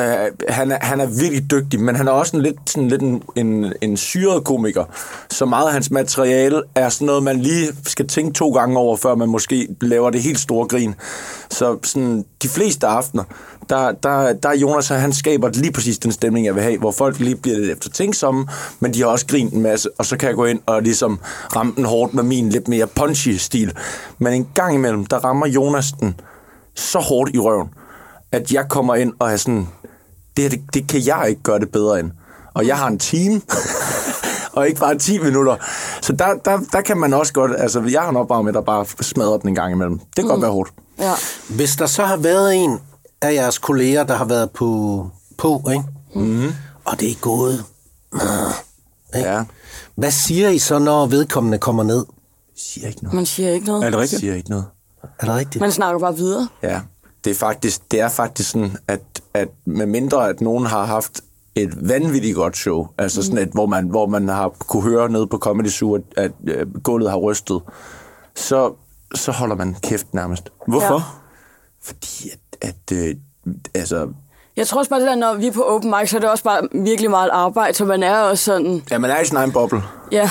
øh, han, er, han er virkelig dygtig, men han er også en lidt, sådan lidt en, en, en syret komiker, så meget af hans materiale er sådan noget, man lige skal tænke to gange over, før man måske laver det helt store grin. Så sådan, de fleste aftener, der, der, der er Jonas, han skaber lige præcis den stemning, jeg vil have, hvor folk lige bliver lidt eftertænksomme, men de har også grint en masse, og så kan jeg gå ind og ligesom ramme den hårdt med min lidt mere punchy stil. Men en gang imellem, der rammer Jonas den så hårdt i røven, at jeg kommer ind og er sådan, det her, det, det kan jeg ikke gøre det bedre end. Og jeg har en time, og ikke bare 10 minutter. Så der, der, der kan man også godt, altså jeg har en opvarmet, der bare smadrer den en gang imellem. Det kan mm. godt være hårdt.
ja.
Hvis der så har været en af jeres kolleger, der har været på, på ikke?
Mhm.
Mm. og det er gået, ikke?
Ja.
hvad siger I så, når vedkommende kommer ned?
Siger ikke noget.
man siger ikke noget.
Er det rigtigt?
Siger ikke noget.
Er det rigtigt?
Man snakker bare videre.
Ja, det er faktisk, det er faktisk sådan, at, at med mindre at nogen har haft et vanvittigt godt show, altså sådan et, hvor man, hvor man har kunne høre nede på Comedy Zoo, at, at øh, gulvet har rystet, så, så holder man kæft nærmest.
Hvorfor?
Ja.
Fordi at, at øh, altså,
Jeg tror også bare, det der, når vi er på open mic, så er det også bare virkelig meget arbejde, så man er også sådan,
ja, man er i sin egen boble.
ja,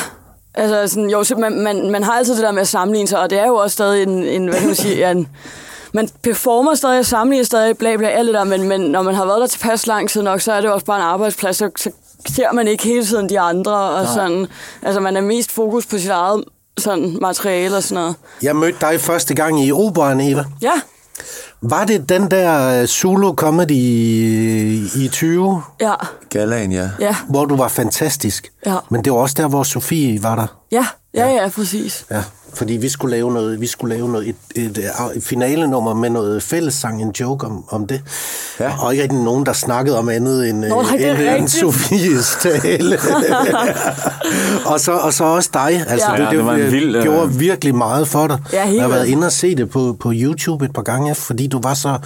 altså sådan, jo, så man, man, man har altid det der med at sammenligne sig, og det er jo også stadig en, en hvad kan man sige, ja, en, man performer stadig, sammenligner stadig, bla bla, alt det der, men, men når man har været der tilpas lang tid nok, så er det jo også bare en arbejdsplads, så, så ser man ikke hele tiden de andre, og Nej. sådan, altså man er mest fokus på sit eget sådan, materiale og sådan noget.
Jeg mødte dig første gang i operan, Eva.
Ja,
Var det den der øh, Zulu Comedy øh, i 20?
ja,
Galaen, ja.
ja,
hvor du var fantastisk.
Ja.
Men det var også der, hvor Sofie var der.
ja, ja, ja, præcis.
Ja. Fordi vi skulle lave noget, vi skulle lave noget, et, et, øh, et finalenummer med noget fællessang, en joke om, om det. Ja. Og ikke rigtig nogen, der snakkede om andet end, øh,
Nå, nej, det er
end, end
rigtigt.
Sofies tale. og, så, og så også dig. Altså,
Ja.
det,
Ja, det var en
øh,
vild, øh,
gjorde virkelig meget for dig.
Ja, helt
jeg har været
vildt.
inde og se det på, på YouTube et par gange, fordi du var så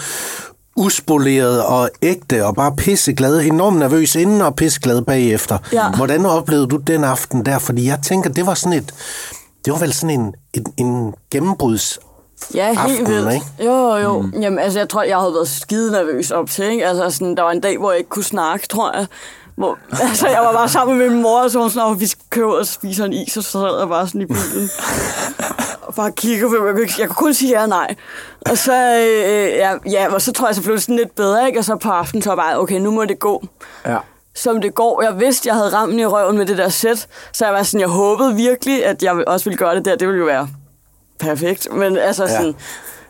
uspoleret og ægte og bare pisseglad, enormt nervøs inden og pisseglad bagefter.
Ja.
Hvordan oplevede du den aften der? Fordi jeg tænker, det var sådan et, det var vel sådan en, en, en gennembruds...
Ja, helt
aftenen,
vildt.
ikke?
Jo, jo. Mm. Jamen, altså, jeg tror, jeg havde været skide nervøs op til, ikke? Altså, sådan, der var en dag, hvor jeg ikke kunne snakke, tror jeg. Hvor, altså, jeg var bare sammen med min mor, og så var hun sådan, "Åh, vi skal køre ud og spise en is, og så sad jeg bare sådan i bilen. og bare kigge på, jeg kunne, ikke- jeg kunne kun sige ja og nej. Og så, øh, ja, ja, og så tror jeg, så blev det sådan lidt bedre, ikke? Og så på aftenen, så var jeg bare, okay, nu må det gå
Ja.
som det går. Jeg vidste, jeg havde rammen i røven med det der sæt, så jeg var sådan, jeg håbede virkelig, at jeg også ville gøre det der. Det ville jo være perfekt, men altså sådan...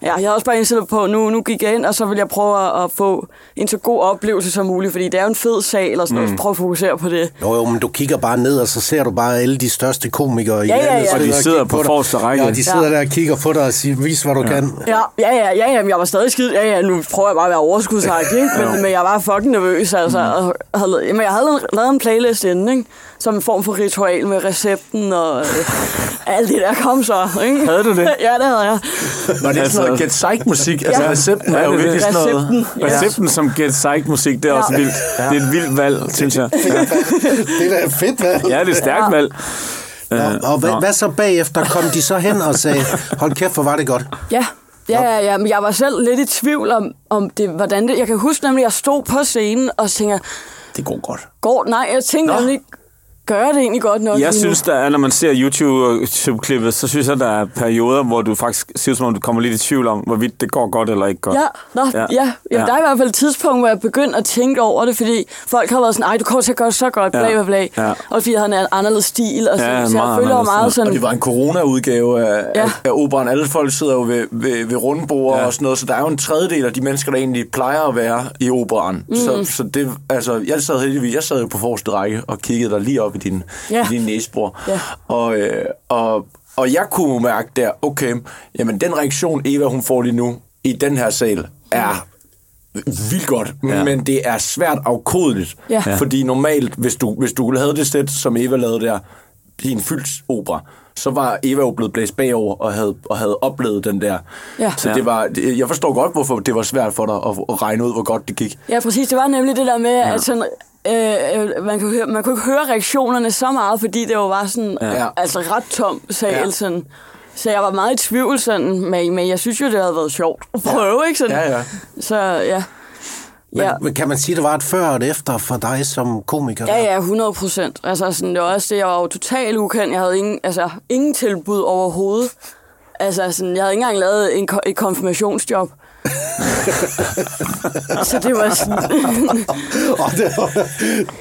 Ja, jeg havde også bare indstillet på, nu, nu gik jeg ind, og så vil jeg prøve at, at få en så god oplevelse som muligt, fordi det er jo en fed sag, eller sådan mm. noget, så prøv at fokusere på det.
Jo, jo, men du kigger bare ned, og så ser du bare alle de største komikere i
ja,
landet,
ja.
sidder
Og de
og
sidder
kigger
på
dig.
forreste række.
Ja, de sidder
Ja.
der og kigger på dig og siger, vis hvad du ja. kan.
Ja, ja, ja, ja, ja, men jeg var stadig skid. Ja, ja, nu prøver jeg bare at være overskudsagtig, ikke? Men, men jeg var fucking nervøs, altså. Og havde, lavet- jamen, jeg havde lavet en- lavet en playlist inden, ikke? Som en form for ritual med recepten og øh, alt det der kom så, ikke?
Havde du det?
ja, det havde jeg.
Var det ikke sådan noget Get Psych-musik? Altså,
Ja.
recepten er
Ja,
jo
det er
virkelig
det.
sådan noget...
Recepten. Ja.
Recepten som Get Psych-musik, det er
Ja.
også vildt. Det er et vildt valg, synes jeg.
det er da fedt, hvad?
Ja, det er et stærkt valg. Øh,
Nå, og hvad, hvad så bagefter? Kom de så hen og sagde, hold kæft, hvor var det godt.
Ja. Ja, ja, ja, men jeg var selv lidt i tvivl om, om det, hvordan det... Jeg kan huske nemlig, at jeg stod på scenen og tænker,
Det går godt.
går... Nej, jeg tænkte
Nå.
nemlig, gør jeg det egentlig godt nok? lige
Jeg
nu?
synes, der er, når man ser YouTube-klippet, så synes jeg, der er perioder, hvor du faktisk ser ud som om, du kommer lidt i tvivl om, hvorvidt det går godt eller ikke godt.
Ja, nå,
Ja.
ja. ja. ja.
Ja.
Der er i hvert fald et tidspunkt, hvor jeg begyndte at tænke over det, fordi folk har været sådan, ej, du kommer til at gøre det så godt,
Ja.
bla bla bla.
Ja.
Ja. Og fordi jeg havde en anderledes stil, og sådan,
Ja,
ja, så jeg
meget
føler jo
anderledes
meget
stil.
Og
sådan...
det var en corona-udgave af,
Ja.
ja. af operan. Alle folk sidder jo ved, ved, ved rundbord
Ja.
ja. og sådan noget, så der er jo en tredjedel af de mennesker, der egentlig plejer at være i operan. Mm. Så, så det, altså, jeg sad heldigvis, jeg sad jo på forreste række og kiggede dig lige op i din,
Ja.
ja. i din næsebor.
Ja.
Og, øh, og, og jeg kunne mærke der, okay, jamen den reaktion Eva hun får lige nu i den her sal er
Mm.
vildt godt,
Ja.
ja. men det er svært afkodeligt.
Ja. Ja.
Fordi normalt, hvis du, hvis du havde det sæt, som Eva lavede der, i en fyldt opera, så var Eva jo blevet blæst bagover og havde, og havde oplevet den der.
Ja.
Så
Ja.
det var, det- jeg forstår godt, hvorfor det var svært for dig at, at regne ud, hvor godt det gik.
Ja, præcis. Det var nemlig det der med, ja. at sådan, øh, øh, man, kunne høre, man kunne ikke høre reaktionerne så meget, fordi det jo var sådan,
Ja.
ja. altså ret tom sal. Ja.
Ja.
Sådan. Så jeg var meget i tvivl, sådan, men, men jeg synes jo, det havde været sjovt at prøve, ikke? Sådan.
Ja, ja.
Så ja.
Men,
Ja.
men kan man sige, at der var et før og et efter for dig som komiker?
Ja, ja, 100 procent. Altså, sådan, det var også det, jeg var jo totalt ukendt. Jeg havde ingen, altså, ingen tilbud overhovedet. Altså, sådan, jeg havde ikke engang lavet en, ko- et konfirmationsjob. så det var sådan...
Og det,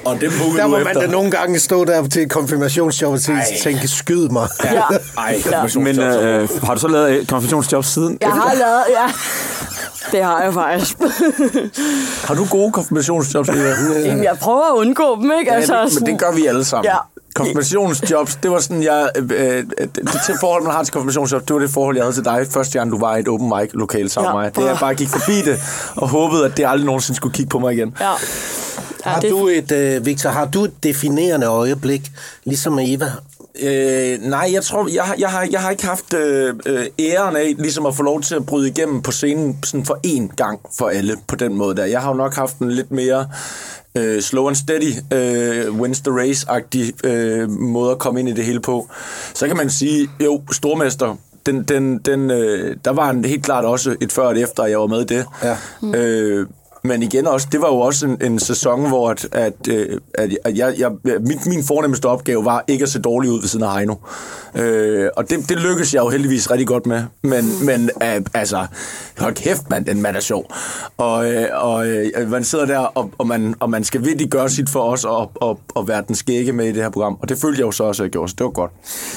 Og det bookede
der
du
må man
efter.
da nogle gange stå der til et konfirmationsjob og tænke, tænke, skyd mig.
ja.
Ej,
Ja.
Men øh, har du så lavet et konfirmationsjob siden?
Jeg har lavet, ja. Det har jeg faktisk.
Har du gode konfirmationsjobs, Eva?
Jamen, jeg prøver at undgå dem, ikke? Altså,
Ja, det, men
sådan-
det gør vi alle sammen.
Ja.
Ja. Konfirmationsjobs, det var sådan, jeg... Øh, øh, det, det forhold, man har til konfirmationsjobs, det var det forhold, jeg havde til dig første gang, du var i et open mic lokal sammen
Ja.
med mig. Det jeg bare gik forbi det, og håbede, at det aldrig nogensinde skulle kigge på mig igen.
Ja. ja
Har
det,
du et, øh, Victor, har du et definerende øjeblik, ligesom Eva?
Øh, nej, jeg tror, jeg, har- jeg, har, jeg har ikke haft øh, øh, æren af ligesom at få lov til at bryde igennem på scenen sådan for én gang for alle på den måde der. Jeg har jo nok haft en lidt mere øh, slow and steady, øh, wins the race-agtig øh, måde at komme ind i det hele på. Så kan man sige, jo, stormester, den, den, den, øh, der var en, helt klart også et før og et efter, at jeg var med i det.
Ja.
Øh, men igen også, det var jo også en, en sæson, hvor at, at, øh, at, at jeg, jeg, min, min fornemmeste opgave var ikke at se dårlig ud ved siden af Heino. Øh, og det, det lykkedes jeg jo heldigvis rigtig godt med. Men, men øh, altså, hold kæft, man, den mand er sjov. Og, øh, og øh, man sidder der, og, og, man, og man skal virkelig gøre sit for os, og, og, og være den skægge med i det her program. Og det følte jeg jo så også, at jeg gjorde, så det var godt.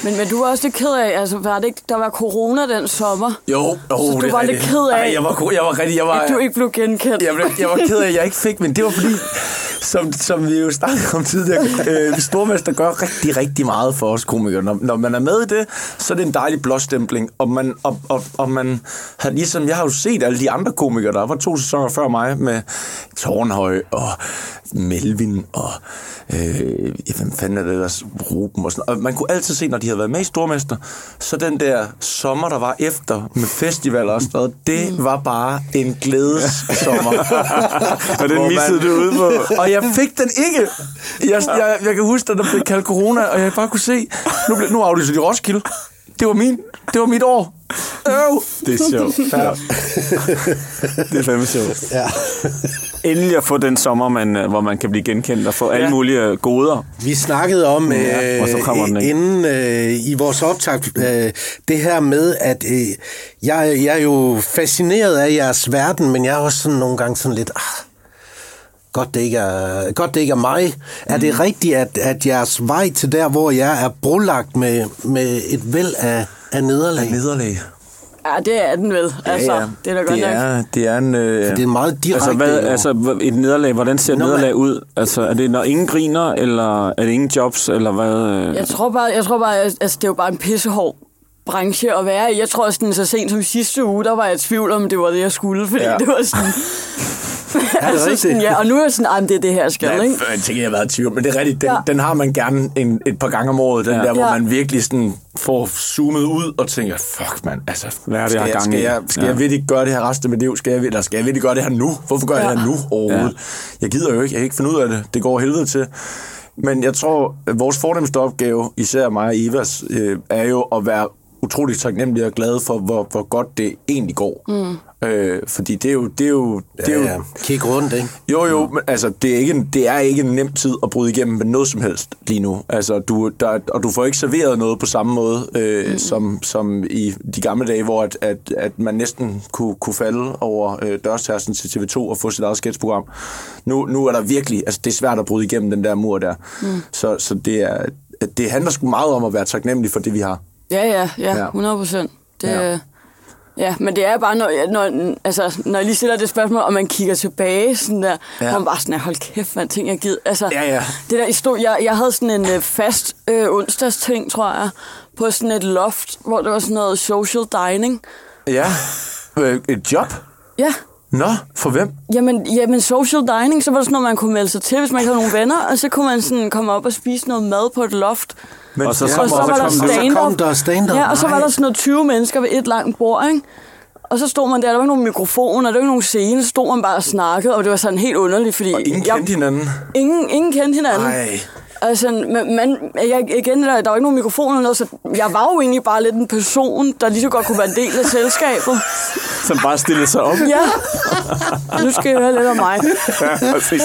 men, men du var også lidt ked af, altså, var det ikke, der var corona den sommer,
Jo, jo
du
det er
var lidt
rigtigt.
ked af-
Ej, jeg var, ko- jeg var rigtig, jeg var...
at du ikke blev genkendt.
Jeg, blev, jeg var ked af, at jeg ikke fik, men det var fordi, som, som vi jo snakkede om tidligere, øh, Stormester gør rigtig, rigtig meget for os komikere. Når, når man er med i det, så er det en dejlig blåstempling, og man, og, og, og man har ligesom, jeg har jo set alle de andre komikere, der var to sæsoner før mig, med Tornhøj og Melvin og, øh, ja, hvem fanden er det ellers, Ruben og sådan og Man kunne altid se, når de havde været med i Stormester, så den der sommer, der var efter med festivaler og sådan noget, det var bare en glædessommer.
Og den
Hvor man-
missede du ude på.
og jeg fik den ikke. Jeg, jeg, jeg kan huske, at der blev kaldt corona, og jeg bare kunne se, nu, blev, nu aflyser de Roskilde. Det var, min, det var mit år. Øv.
Det er sjovt. Ja. det er fandme sjovt. Ja. Endelig at få den sommer, man, øh, hvor man kan blive genkendt og få alle
Ja.
mulige øh, goder.
Vi snakkede om
Ja, og så kommer den,
øh,
ikke?
inden øh, i vores optag, øh, det her med, at øh, jeg, jeg er jo fascineret af jeres verden, men jeg er også sådan nogle gange sådan lidt, ah, godt det ikke er, godt det ikke er mig. Mm. Er det rigtigt, at, at jeres vej til der, hvor jeg er brolagt med, med et væld af, af nederlag?
Nederlag.
Ja, det er den vel. Altså, det er da godt
det
nok.
er, det er en... Øh,
Det er meget direkte.
Altså, hvad,
jo.
altså hva- et nederlag, hvordan ser et
Nå, men-
nederlag ud? Altså, er det, når ingen griner, eller er det ingen jobs, eller hvad? øh?
Jeg tror bare, jeg tror bare at- altså, det er jo bare en pissehård branche at være i. Jeg tror sådan, så sent som sidste uge, der var jeg i tvivl om, det var det, jeg skulle, fordi ja.
Ja.
det var sådan... Altså,
Er det rigtigt?
sådan, ja, og nu er jeg sådan, "Ej, men det er det her, jeg skal,
Ja,
ikke?
for jeg tænker, jeg har været i tvivl, men det er rigtigt. Den,
Ja.
ja. den har man gerne en, et par gange om året, den
Ja.
ja. der, hvor
Ja.
ja. man virkelig sådan får zoomet ud og tænker, fuck mand, altså,
Hvad er det, jeg
skal,
har
jeg,
gang
skal,
i?
jeg, skal
Ja.
ja. jeg virkelig ikke gøre det her resten af mit liv? Skal jeg, vir- eller skal jeg virkelig gøre det her nu? Hvorfor gør ja.
Ja.
jeg det her nu overhovedet? Ja. Jeg gider jo ikke, jeg kan ikke finde ud af det. Det går helvede til. Men jeg tror, at vores fornemmeste opgave, især mig og Evas, øh, er jo at være utrolig taknemmelige og glade for, hvor, hvor godt det egentlig går. Mm. Øh, fordi det er jo... Det er jo, det er jo
Ja, kig rundt, ikke?
jo, jo, men altså, det er, ikke en, det er ikke en nem tid at bryde igennem med noget som helst lige nu. Altså, du, der, og du får ikke serveret noget på samme måde, øh, mm. som, som i de gamle dage, hvor at, at, at man næsten kunne, kunne falde over øh, dørstærsen til TV2 og få sit eget sketchprogram. Nu, nu er der virkelig, altså det er svært at bryde igennem den der mur der. Mm. Så, så det, er, det handler sgu meget om at være taknemmelig for det, vi har.
Ja, ja,
Ja.
ja, 100 procent. Det,
Ja.
ja. ja, men det er bare, når, jeg- når, altså, når jeg lige stiller det spørgsmål, og man kigger tilbage, sådan der,
Ja.
ja. man bare sådan, er, hold kæft, man ting, jeg gider. Altså,
Ja, ja.
Det der, I stod, jeg, jeg havde sådan en øh, fast øh, onsdags ting, tror jeg, på sådan et loft, hvor det var sådan noget social dining.
Ja. Øh, Et job?
Ja,
Nå, for hvem?
Jamen, jamen, social dining, så var det sådan noget, man kunne melde sig til, hvis man ikke havde nogen venner, og så kunne man sådan komme op og spise noget mad på et loft.
Men,
Og så-
Og så,
og så
var der
kom
du.
stand-up.
Så kom der stand-up.
Ja, og så var
Nej.
der sådan noget 20 mennesker ved et langt bord, ikke? Og så stod man der, der var ikke nogen mikrofoner, der var ikke nogen scene, så stod man bare og snakkede, og det var sådan helt underligt, fordi...
og ingen kendte hinanden.
Ingen, ingen kendte hinanden.
Ej.
Altså, men, man, jeg, igen, der, der var ikke nogen mikrofoner eller noget, så jeg var jo egentlig bare lidt en person, der lige så godt kunne være en del af selskabet.
Som bare stillede sig op.
Ja. Nu skal I høre lidt om mig.
Ja, præcis.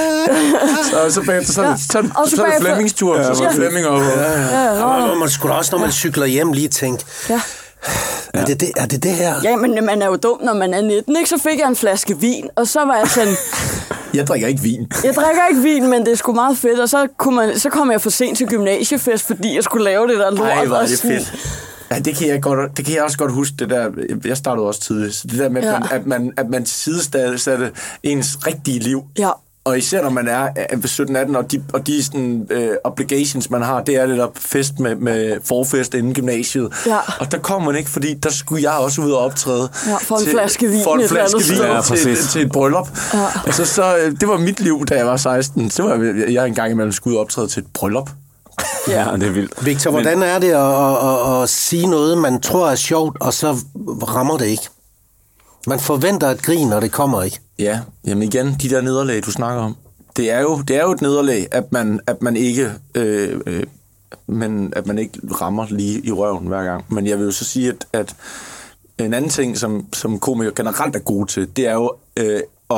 Så, så bagefter, så, ja. så, så,
Og
så,
så
så er det
bagefter-
Flemmings tur, ja, så er det
præcis.
Flemming og... Ja, ja.
Og man- man skulle da også, når man cykler hjem, lige tænke,
Ja.
er det det, er det, det her?
ja, men man er jo dum, når man er 19, ikke? Så fik jeg en flaske vin, og så var jeg sådan,
Jeg drikker ikke vin.
jeg drikker ikke vin, men det er sgu meget fedt. Og så, kunne man, så kom jeg for sent til gymnasiefest, fordi jeg skulle lave det der lort.
Ej, hvor er
og
det
sådan-
fedt. Ja, det kan, jeg godt, det kan jeg også godt huske, det der, jeg startede også tidligt, så det der med, at, ja.
Ja.
man, at, man, at man sidesatte ens rigtige liv.
Ja.
Og især når man er øh, 17-18, og de, og de sådan, øh, obligations, man har, det er lidt op fest med, med forfest inden gymnasiet.
Ja.
Og der kommer man ikke, fordi der skulle jeg også ud og optræde.
Ja, for en flaske vin
For en
et eller
flaske
andet
vin
sted.
Ja,
til,
præcis.
til et bryllup. Ja. Altså, så, øh, det var mit liv, da jeg var 16. Så var jeg, jeg engang imellem skulle ud og optræde til et bryllup.
Ja, det er vildt.
Victor, hvordan er det at, at, at, at sige noget, man tror er sjovt, og så rammer det ikke? Man forventer et grin, og det kommer ikke.
Ja, jamen igen, de der nederlag, du snakker om. Det er jo, det er jo et nederlag, at man, at man ikke... Øh, øh, men at man ikke rammer lige i røven hver gang. Men jeg vil jo så sige, at, at en anden ting, som, som komikere generelt er gode til, det er jo øh, at,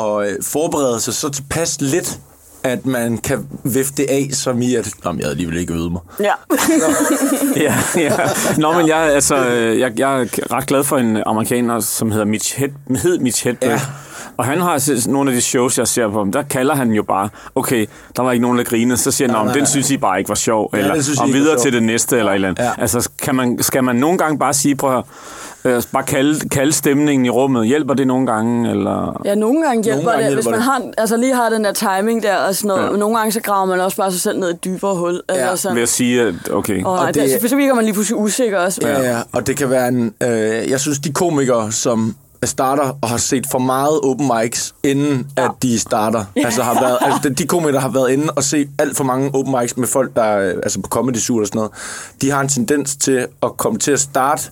at øh, forberede sig så tilpas lidt, at man kan vifte det af, som i at, Nå, men jeg havde alligevel ikke øvet mig.
Ja.
Ja, ja. Nå, men jeg, altså, øh, jeg, jeg er ret glad for en amerikaner, som hedder Mitch, Hed, hed Mitch Hedberg.
Ja.
Ja. Og han har s- nogle af de shows, jeg ser på ham, der kalder han jo bare, okay, der var ikke nogen, der grinede, så siger han, om den synes I bare ikke var sjov, ja,
den
eller
synes I
om
ikke var
videre
sjov."
til det næste, eller et eller andet.
Ja.
Ja. Altså, kan man, skal man nogle gange bare sige, prøv at høre, øh, bare kalde, kalde stemningen i rummet, hjælper det nogle gange, eller...
ja, nogle gange hjælper
Nogle gange
det, hvis
hjælper
man
det.
har, altså lige har den der timing der og sådan noget.
Ja.
Ja. Nogle gange så graver man også bare sig selv ned i et dybere hul. Eller
Ja,
ja.
Ved
sådan.
at sige, at okay,
Og,
Og
og det,
det-
det, så virker man lige pludselig usikker også.
Ja, ja, og det kan være en... Øh, jeg synes, de komikere, som starter og har set for meget open mics, inden ja. at de starter. Altså, har været, altså de- de komikere, der har været inde og set alt for mange open mics med folk, der øh, altså på Comedy Zoo og sådan noget, de har en tendens til at komme til at starte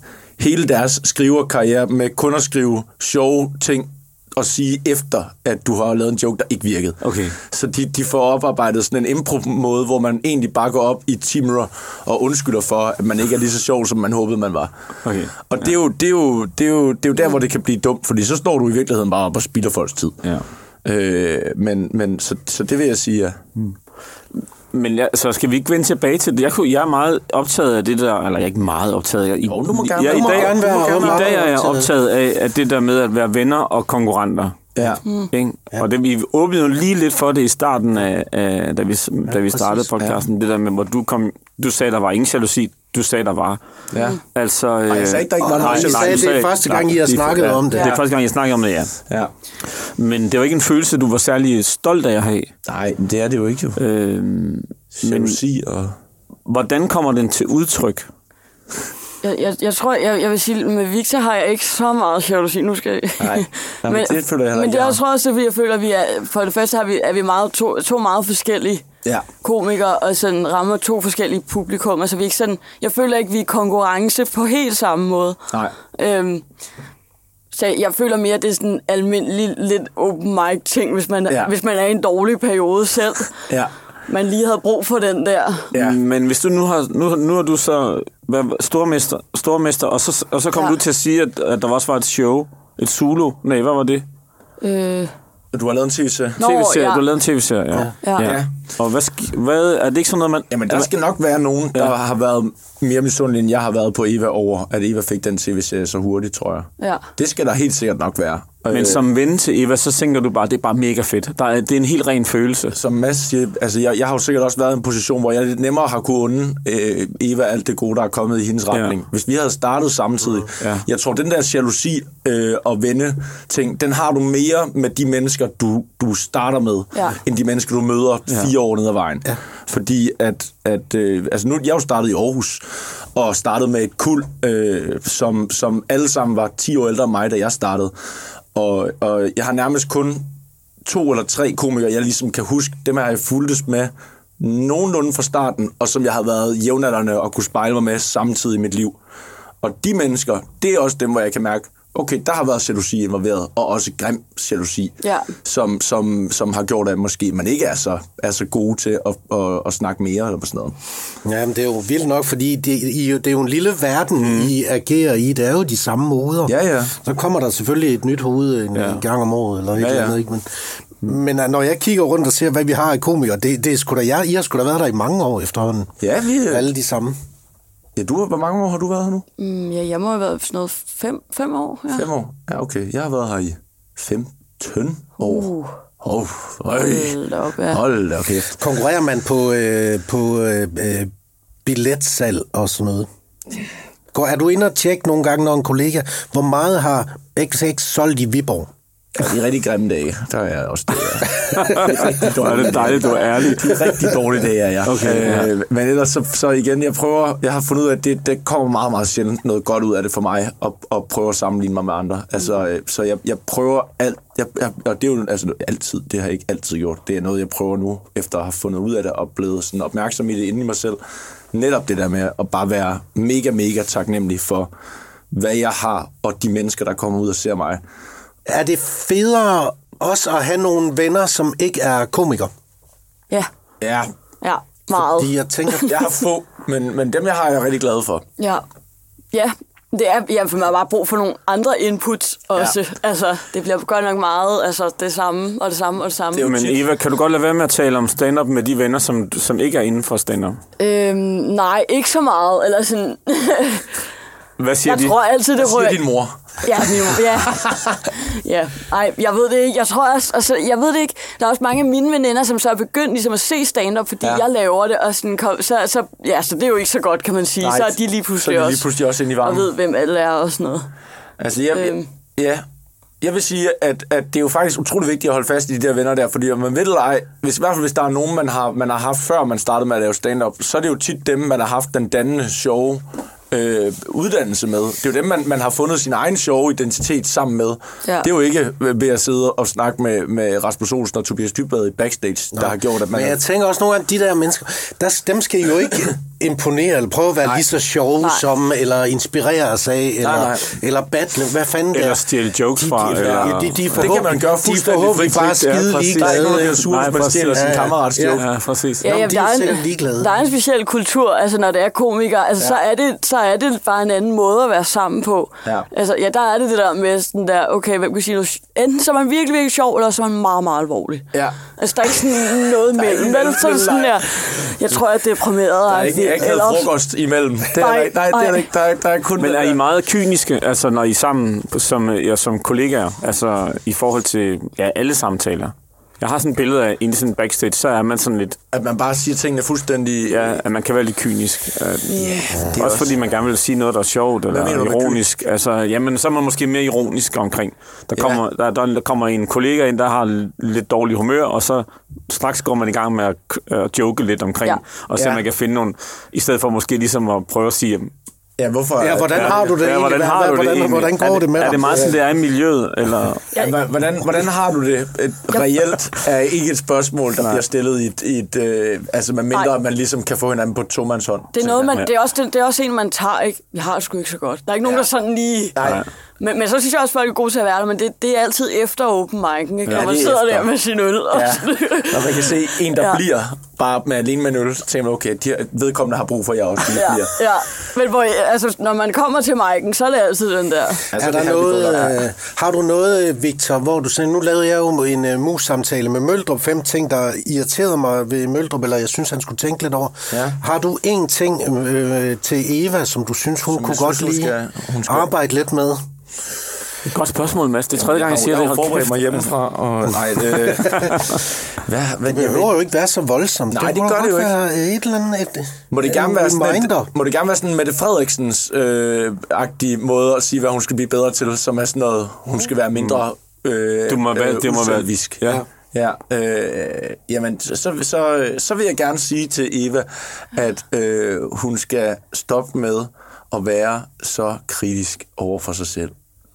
hele deres skriverkarriere med kun at skrive sjove ting og sige efter, at du har lavet en joke, der ikke virkede.
Okay.
Så de, de får oparbejdet sådan en impro-måde, hvor man egentlig bare går op i timer og undskylder for, at man ikke er lige så sjov, som man håbede, man var.
Okay.
Og det er, jo, det, er jo, det, er jo, det er jo der, hvor det kan blive dumt, fordi så står du i virkeligheden bare op og spilder folks tid.
Ja.
Øh, men men så, så det vil jeg sige, ja.
Men jeg, så skal vi ikke vende tilbage til det. Jeg, kunne, jeg er meget optaget af det der, eller jeg er ikke meget optaget af. I,
du må gerne-
jeg,
du
i
må
dag,
gerne være- du må gerne
I dag
være
er jeg
optaget.
optaget af, af det der med at være venner og konkurrenter.
Ja.
Mm. Ikke? Og det, vi åbnede jo lige lidt for det i starten, af, af, da, vi, da vi startede
præcis.
podcasten. Det der med, hvor du kom, du sagde, der var ingen jalousi. Du sagde, der var.
Ja.
Altså, Ej,
jeg sagde ikke, der ikke var nogen
I sagde, det er første gang, I har snakket om det.
Det er første gang, jeg snakker om det, ja.
ja.
Men det var ikke en følelse, du var særlig stolt af at have.
Nej, men det er det jo ikke jo.
Øhm,
Jalousi og...
hvordan kommer den til udtryk?
Jeg, jeg, jeg tror, jeg, jeg vil sige, med Victor har jeg ikke så meget jalousi. Nu skal jeg...
Nej. Nej, men det føler jeg heller
Men
ikke,
det er
jeg
også
har.
tror også, fordi jeg føler, at vi er, for det første har vi, er vi meget, to, to meget forskellige
Ja.
komikere, og sådan rammer to forskellige publikum. Altså, vi er ikke sådan, jeg føler ikke, vi er i konkurrence på helt samme måde.
Nej.
Øhm, så jeg føler mere, at det er sådan en almindelig lidt open mic ting, hvis man,
Ja.
ja. hvis man er i en dårlig periode selv.
Ja.
man lige havde brug for den der.
Ja. Mm, Men hvis du nu har, nu, nu er du så hvad, stormester, stormester, og så, og så kom ja.
Ja.
du til at sige, at, at der også var et show, et solo. Nej, hvad var det?
Øh,
Du har lavet en tv-serie.
Nå,
TV-serie,
ja.
du lavede en tv-serie, ja.
Ja.
Ja.
Og hvad, sk- hvad, er det ikke sådan noget, man...
Jamen, der skal nok være nogen, der har været mere misundelig, end jeg har været på Eva over, at Eva fik den tv-serie så hurtigt, tror jeg.
Ja.
Det skal der helt sikkert nok være.
Men
Øh,
som ven til Eva, så tænker du bare, det er bare mega fedt. Der er, det er en helt ren følelse.
som Mads siger, altså jeg, jeg har jo sikkert også været i en position, hvor jeg lidt nemmere har kunne unde øh, Eva alt det gode, der er kommet i hendes retning.
Ja.
Hvis vi havde startet samtidig.
Ja.
Jeg tror, den der jalousi øh, og vende ting, den har du mere med de mennesker, du, du starter med,
Ja.
end de mennesker, du møder fire år ned ad vejen. Ja. Fordi at, at øh, altså nu, jeg er jo startet i Aarhus, og startede med et kul, øh, som, som alle sammen var 10 år ældre end mig, da jeg startede. Og, og jeg har nærmest kun to eller tre komikere, jeg ligesom kan huske, dem har jeg fuldtes med nogenlunde fra starten, og som jeg har været jævnaldrende og kunne spejle mig med samtidig i mit liv. Og de mennesker, det er også dem, hvor jeg kan mærke, okay, der har været jalousi involveret, og også grim jalousi,
Ja.
som, som, som har gjort, at måske man ikke er så, er så gode til at, at, at, at snakke mere eller sådan noget.
Jamen, det er jo vildt nok, fordi det, I, jo- det er jo en lille verden, mm. I agerer i. Det er jo de samme moder.
Ja, ja.
Så kommer der selvfølgelig et nyt hoved en, ja. en gang om året, eller et ja,
ja.
eller andet. Ikke? Men, men øh, når jeg kigger rundt og ser, hvad vi har af komikere, det, det er sgu da jeg. I har sgu da været der i mange år efterhånden.
Ja, vi,
Alle de samme.
ja du, hvor mange år har du været her nu?
Mm, ja, jeg må have været sådan noget fem, fem år. Ja.
Fem år? Ja, okay. Jeg har været her i 15 år. Uh. Oh, øj.
Hold da op, ja.
Hold da kæft.
Konkurrerer man på, øh, på øh, øh, billetsalg og sådan noget? Går, er du inde og tjekke nogle gange, når en kollega, hvor meget har XX solgt i Viborg?
Ja, de rigtig grimme dage, der er jeg også det. Ja.
Hvor er det dejligt, du er ærlig.
De rigtig dårlige dage er jeg.
Okay,
øh, men ellers så, så igen, jeg prøver, jeg har fundet ud af, at det, det kommer meget, meget sjældent noget godt ud af det for mig, at, at prøve at sammenligne mig med andre.
Mm.
Altså, øh, så jeg, jeg prøver alt, jeg, jeg, og det er jo altså, altid, det har jeg ikke altid gjort. Det er noget, jeg prøver nu, efter at have fundet ud af det og blevet sådan opmærksom i det inde i mig selv. Netop det der med at bare være mega, mega taknemmelig for, hvad jeg har, og de mennesker, der kommer ud og ser mig.
Er det federe også at have nogle venner, som ikke er komikere?
Ja,
Ja,
ja, meget.
Fordi jeg tænker,
Jeg har få, men, men dem jeg har, er jeg rigtig glad for.
Ja. Ja, det er, ja, for man har bare brug for nogle andre inputs også. Ja. Altså, det bliver godt nok meget altså, det samme og det samme og det samme.
Men Eva, kan du godt lade være med at tale om stand-up med de venner, som, som ikke er inden for stand-up?
Øhm, nej, ikke så meget. Eller sådan,
Hvad siger
jeg
de?
tror altid, det rører...
Siger din mor.
Ja, min, ja. ja. Ej, jeg ved det ikke. Jeg tror også, altså, jeg ved det ikke. Der er også mange af mine veninder, som så er begyndt ligesom at se stand-up, fordi ja. jeg laver det, og sådan kom, så, så, ja, så det er jo ikke så godt, kan man sige.
Nej,
så er de lige
så er
pludselig,
de lige
også,
pludselig også inde i varmen.
Og ved, hvem alle er og sådan noget.
Altså, jeg,
Øhm.
ja. jeg vil sige, at, at det er jo faktisk utrolig vigtigt at holde fast i de der venner der, fordi om man ved eller ej, hvis, i hvert fald hvis der er nogen, man har, man har haft før man startede med at lave stand-up, så er det jo tit dem, man har haft den dannende show øh, uddannelse med. Det er jo dem, man, man har fundet sin egen show identitet sammen med.
Ja.
Det er jo ikke ved at sidde og snakke med, med Rasmus Olsen og Tobias Dybvad i backstage, der har gjort, at man...
Men jeg tænker også nogle gange, de der mennesker, der, dem skal I jo ikke imponere, eller prøve at være nej. lige så sjove nej.
Nej.
som, eller inspirere os af, eller, nej,
nej.
nej. eller battle, hvad fanden det er.
Eller stjæle jokes fra,
De, de,
eller-
de, de, de er
det kan
forhåbentlig-
man gøre
De er
fuldstændig
forhåbentlig
frit.
bare
frit. Ja,
skide
præcis.
ligeglade.
Der er ikke nogen, der
ikke?
bliver sur, hvis
Nej,
man stjæler
præcis.
sin
Ja, ja.
kammerats joke.
Ja, præcis.
Nå,
Ja,
men
ja,
de
der,
er
er
sikkert
en,
ligeglade.
der er en speciel kultur, altså når det er komikere, altså, ja. så, er det, så er det bare en anden måde at være sammen på.
Ja.
Altså, ja, der er det det der med sådan der, okay, hvem kan sige noget? sj- Enten så er man virkelig, virkelig sjov, eller så er man meget, meget alvorlig.
Ja.
Altså, der er ikke sådan noget mellem, vel? Så er det sådan der, jeg tror, jeg er deprimeret. altså,
Der er ikke, jeg har ikke havde frokost imellem. Det er,
Nej,
der ikke- nej, det er der
nej.
ikke. Der er, der er kun
Men er I meget kyniske, altså når I er sammen som, ja, som kollegaer, altså i forhold til ja, alle samtaler? Jeg har sådan et billede af, inden sådan backstage, så er man sådan lidt,
at man bare siger tingene fuldstændig...
ja, at man kan være lidt kynisk. Yeah, også,
er
også
også-
fordi man gerne vil sige noget, der er sjovt eller
mener du med
ironisk. Altså, jamen, så er man måske mere ironisk omkring. Der kommer, der, der, der kommer en kollega ind, der har l- lidt dårlig humør, og så straks går man i gang med at k- at joke lidt omkring,
Ja.
og se, om
Ja.
man kan finde nogle, i stedet for måske ligesom at prøve at sige,
ja hvorfor...
Ja, hvordan har du det
ja,
egentlig?
hvordan
Hvad-
har
hvad-
du
hvordan,
det egentlig?
Hvordan
er
går det med dig?
Er det meget sådan, det er i miljøet? Eller?
Ja, hva- hvordan, hvordan har du det? Et, reelt er ikke et spørgsmål, der bliver stillet i et... I et øh, altså, man mindre,
Nej.
at man ligesom kan få hinanden på tomandshånd.
Det er, noget, man,
Ja.
det, er også, det, det er også en, man tager, ikke? Jeg har det sgu ikke så godt. Der er ikke nogen, der sådan lige...
Nej.
Men, men så synes jeg også, at folk er gode til at være der, men det, det er altid efter open mic'en, ikke?
Ja,
Ja, man
det er
sidder
efter.
der med sin øl. Og
Ja.
sådan-
Når man kan se en, der ja.
Ja.
bliver bare med alene med en øl, så tænker man, okay, de her vedkommende har brug for, at jeg også lige
ja,
bliver.
ja. Men hvor, altså, når man kommer til mic'en, så er det altid den der.
Altså, er der
det her, vi
noget,
går der.
øh, har du noget, øh, Victor, hvor du sagde, nu lavede jeg jo en uh, mus-samtale med Møldrup, fem ting, der irriterede mig ved Møldrup, eller jeg synes, han skulle tænke lidt over.
Ja.
Har du en ting øh, til Eva, som du synes, hun som kunne
jeg
godt
synes, hun
lide
skal- hun skal-
arbejde lidt med?
Et godt spørgsmål, Mads. Det er tredje gang, jeg siger
jeg
det.
har
Hold
forberedt
kæft.
mig hjemmefra. Og... Nej, det... Hvad? Hvad?
Det behøver jo ikke være så voldsomt.
Nej, det
kunne
gør det
godt
jo
være Et eller andet, et,
Må det, gerne
en
være sådan
reminder.
et, må det gerne være sådan Mette Frederiksens øh, agtige måde at sige, hvad hun skal blive bedre til, som er sådan noget, hun skal være mindre øh,
Mm. Du må være- det må være-
uselvisk.
ja.
Ja, øh, jamen, så, så, så, så vil jeg gerne sige til Eva, at øh, hun skal stoppe med at være så kritisk over for sig selv.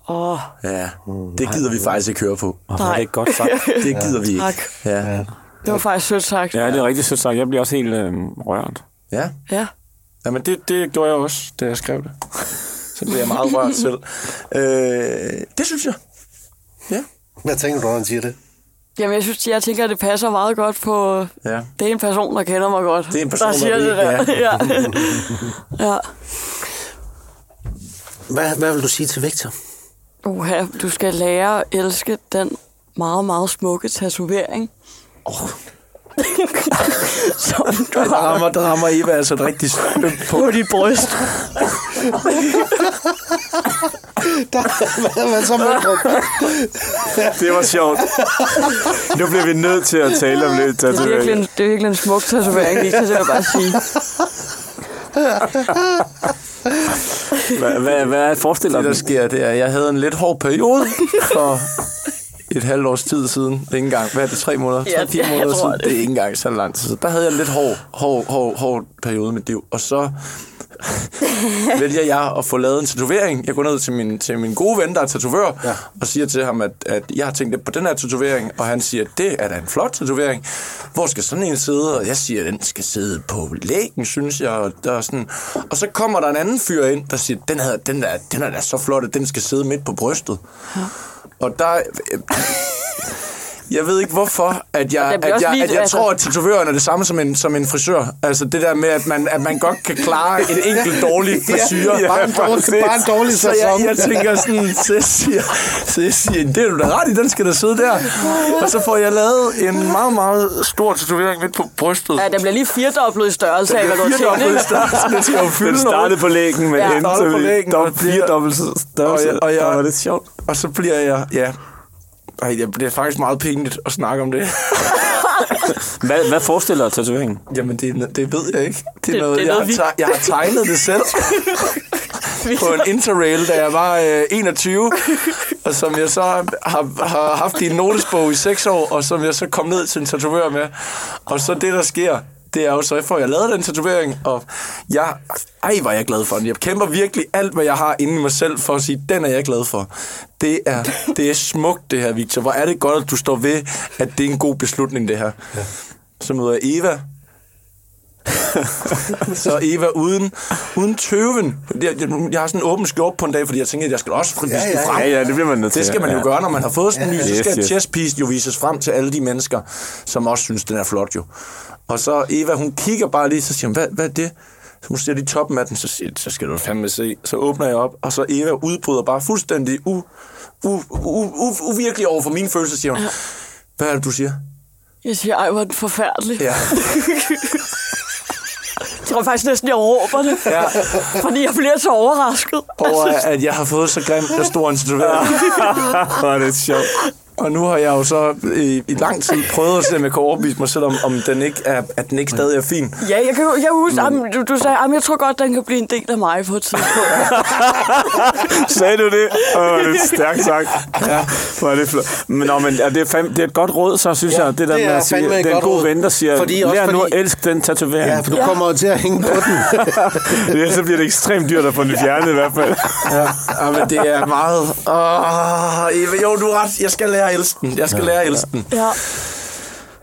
Åh,
Ja,
Mm.
det gider vi faktisk ikke høre på.
Åh, hvor er det godt sagt.
Det gider vi ikke.
Tak.
Ja.
det var faktisk sødt sagt.
Ja, det er rigtig sødt sagt. Jeg bliver også helt øh, rørt.
ja.
ja.
Jamen, det, det gjorde jeg også, da jeg skrev det. Så blev jeg meget rørt selv. Øh, det synes jeg. Ja.
Hvad tænker du, når han siger det?
Jamen, jeg synes, jeg tænker, at det passer meget godt på...
Ja.
Det er en person, der kender mig godt.
Det er en person,
der siger
der
det
ved-
der. Ja. ja.
Hvad, hvad vil du sige til Victor?
Uha, du skal lære at elske den meget, meget smukke tatovering. Oh. Som du
Der
har
rammer, der rammer Eva altså et rigtig stømt på.
på dit bryst.
Der, hvad, hvad så Møldrup?
Det var sjovt. Nu bliver vi nødt til at tale om lidt Altså,
Det er virkelig en, det er virkelig en smuk tatovering, Victor, det vil jeg bare sige.
Hvad, hvad, hvad forestiller
Det, der
du?
sker, det er, at jeg havde en lidt hård periode for et halvt års tid siden. Det er ikke engang, hvad er det, tre måneder?
Ja,
tre, fire
ja, jeg
måneder
tror
siden.
det.
Det er ikke engang så lang tid. siden. Der havde jeg en lidt hård, hård, hård, hård periode i mit liv. Og så vælger jeg at få lavet en tatovering. Jeg går ned til min, til min gode ven, der er tatovør, ja. og siger til ham, at, at jeg har tænkt lidt på den her tatovering, og han siger, det er da en flot tatovering. Hvor skal sådan en sidde? Og jeg siger, den skal sidde på lægen, synes jeg. Og, der er sådan. og så kommer der en anden fyr ind, der siger, den, her, den, der, den er da så flot, at den skal sidde midt på brystet. Og der... Jeg ved ikke hvorfor, at jeg,
Og der
at
bliver også
jeg,
lige-
at jeg
altså-
tror, at tatovøren er det samme som en, som en frisør. Altså det der med, at man, at man godt kan klare en enkelt dårlig frisyre.
Ja, bare, en dårlig, bare en dårlig
Så jeg,
sæson.
jeg tænker sådan, så jeg siger, så jeg siger, det er du da ret i, den skal der sidde der. Og så får jeg lavet en meget, meget stor tatovering midt på brystet.
Ja, den bliver lige firedoblet i størrelse af, hvad du har
Fire
tænkt.
dobbelt
ikke?
størrelse, den skal jo fylde
Den startede på lægen, men
Ja.
ja, endte
Startede på lægen,
vi
og
dob-
det-
fire dobbelt størrelse.
Og jeg- og jeg-
Ej, hvor er det sjovt.
Og så bliver jeg, ja... Ej, jeg- det er faktisk meget pinligt at snakke om det.
Hvad, hvad forestiller tatoveringen?
Jamen, det, er- det ved jeg ikke. Det er
Det-
noget,
det er
jeg,
noget, vi-
har, teg- jeg har tegnet det selv på en interrail, da jeg var øh, 21, og som jeg så har, har haft i en notesbog i 6 år, og som jeg så kom ned til en tatovør med. Og så det, der sker, det er jo så, jeg får jeg lavet den tatovering, og jeg, ej, var jeg glad for den. Jeg kæmper virkelig alt, hvad jeg har inde i mig selv, for at sige, den er jeg glad for. Det er, det er smukt, det her, Victor. Hvor er det godt, at du står ved, at det er en god beslutning, det her. Ja. Så møder jeg Eva, så Eva uden, uden tøven. Jeg, jeg, jeg har sådan en åben skjort på en dag, fordi jeg tænker, at jeg skal også fri, ja,
Ja, ja,
frem.
Ja, ja, det bliver man nødt til.
Det skal man jo
ja.
gøre, når man har fået sådan en ny, så
Yes,
skal yes,
yes.
chestpiece jo vises frem til alle de mennesker, som også synes, den er flot jo. Og så Eva, hun kigger bare lige, så siger hun, hvad, hvad er det? Så hun ser lige toppen af den, så, siger, jeg, så skal du fandme se. Så åbner jeg op, og så Eva udbryder bare fuldstændig u, u, u, u, uvirkelig over for mine følelser, siger hun. Hvad er det, du siger?
Jeg siger, ej, hvor er den forfærdelig.
Ja.
Jeg tror faktisk næsten, jeg råber det.
Ja.
Fordi jeg bliver så overrasket.
Over at jeg har fået så grimt og stor en tatovering.
Hvor er det sjovt.
Og nu har jeg jo så i, i lang tid prøvet at se, om jeg kan overbevise mig selv, om, om den ikke er, at den ikke stadig er fin.
Ja, jeg kan jeg husker, mm. du, du sagde, at jeg tror godt, den kan blive en del af mig på et tidspunkt.
Sagde du det? Åh, det er stærkt sagt. Ja, hvor er det flot. Men, nå, men er det, er fandme, det er et godt råd, så synes
Ja,
ja, jeg, det der
det
med
er
at sige,
fandme et
det er en
godt
god
råd.
ven, der siger,
Fordi
fordi
også
lær nu
fordi-
at elske den tatovering.
Ja,
Ja,
for du kommer jo til at hænge på den.
Ellers så bliver det ekstremt dyrt at få den fjernet i hvert fald.
Ja, ja Ah, men det er meget... Ah, Åh, Eva, jo, du har ret. Jeg skal lære at elske den. Jeg skal lære at elske den.
ja.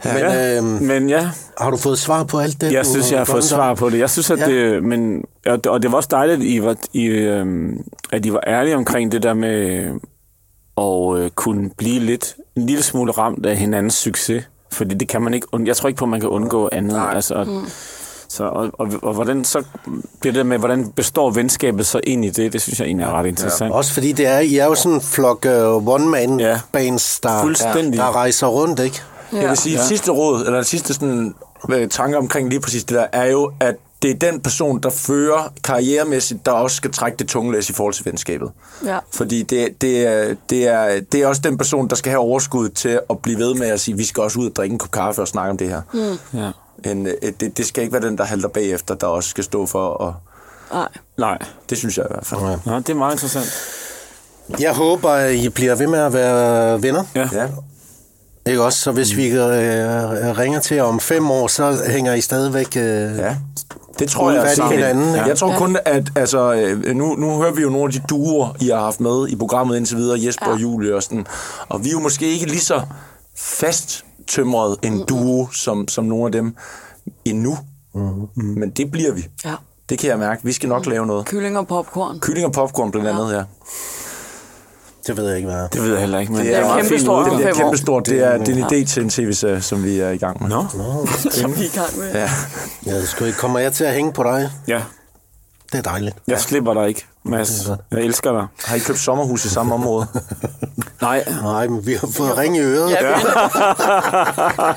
Men,
ja.
øhm,
men ja,
Har du fået svar på alt det?
jeg
du
synes, jeg har fået
drømt om?
svar på det. Jeg synes, at
Ja.
ja. det... Men, og, og det var også dejligt, at I var, I, øhm, at I var ærlige omkring det der med at øh, kunne blive lidt, en lille smule ramt af hinandens succes. Fordi det kan man ikke... und- Jeg tror ikke på, at man kan undgå andet. Altså, og, så, og, og, og, hvordan så bliver det med, hvordan består venskabet så ind i det? Det synes jeg egentlig er ret interessant.
Også fordi det er, I er jo sådan en flok uh,
Ja.
one-man-bands, der, der,
Fuldstændig.
der rejser rundt, ikke?
Ja. Jeg vil sige, ja. sidste råd, eller sidste sådan, øh, tanke omkring lige præcis det der, er jo, at det er den person, der fører karrieremæssigt, der også skal trække det tunge læs i forhold til venskabet.
Ja.
Fordi det, det, er, det, er, det er også den person, der skal have overskud til at blive ved med at sige, vi skal også ud og drikke en kop kaffe og snakke om det her. Mm.
Ja.
En, øh, det, det skal ikke være den, der halter bagefter, der også skal stå for, og
Nej.
Nej.
det synes jeg i hvert fald.
Ja.
Nå, det er meget interessant.
Jeg håber, at I bliver ved med at være venner.
Ja. Mm.
Ja.
Ikke også? Så hvis vi øh, ringer til jer om fem år, så hænger I stadigvæk... Øh, ja.
Ja, det tror
Uden
jeg
fat i
sammen.
hinanden,
Ja.
ja.
Jeg tror kun, at altså, øh, nu, nu hører vi jo nogle af de duer, I har haft med i programmet indtil videre, Jesper ja. og Julie og sådan. Og vi er jo måske ikke lige så fast tømret en duo, som, som nogle af dem endnu. Mm-hmm. Men det bliver vi.
Ja.
Det kan jeg mærke. Vi skal nok lave noget.
Kylling og popcorn.
Kylling og popcorn blandt andet, ja.
Det ved jeg ikke, hvad er.
Det ved jeg heller ikke, men
Det er
meget
kæmpe
fint
stort.
ud.
Om
Det er
fem år.
kæmpestort. Det er, det er en idé til en tv-serie, som vi er i gang med.
Nå?
Som vi er i gang med.
Ja.
Jeg sgu ikke. Kommer jeg til at hænge på dig?
Ja.
Det er dejligt.
Jeg slipper dig ikke, Mads. Jeg elsker dig.
Har I købt sommerhus i samme område?
Nej.
Nej, men vi har fået ring i øret.
Ja, vi-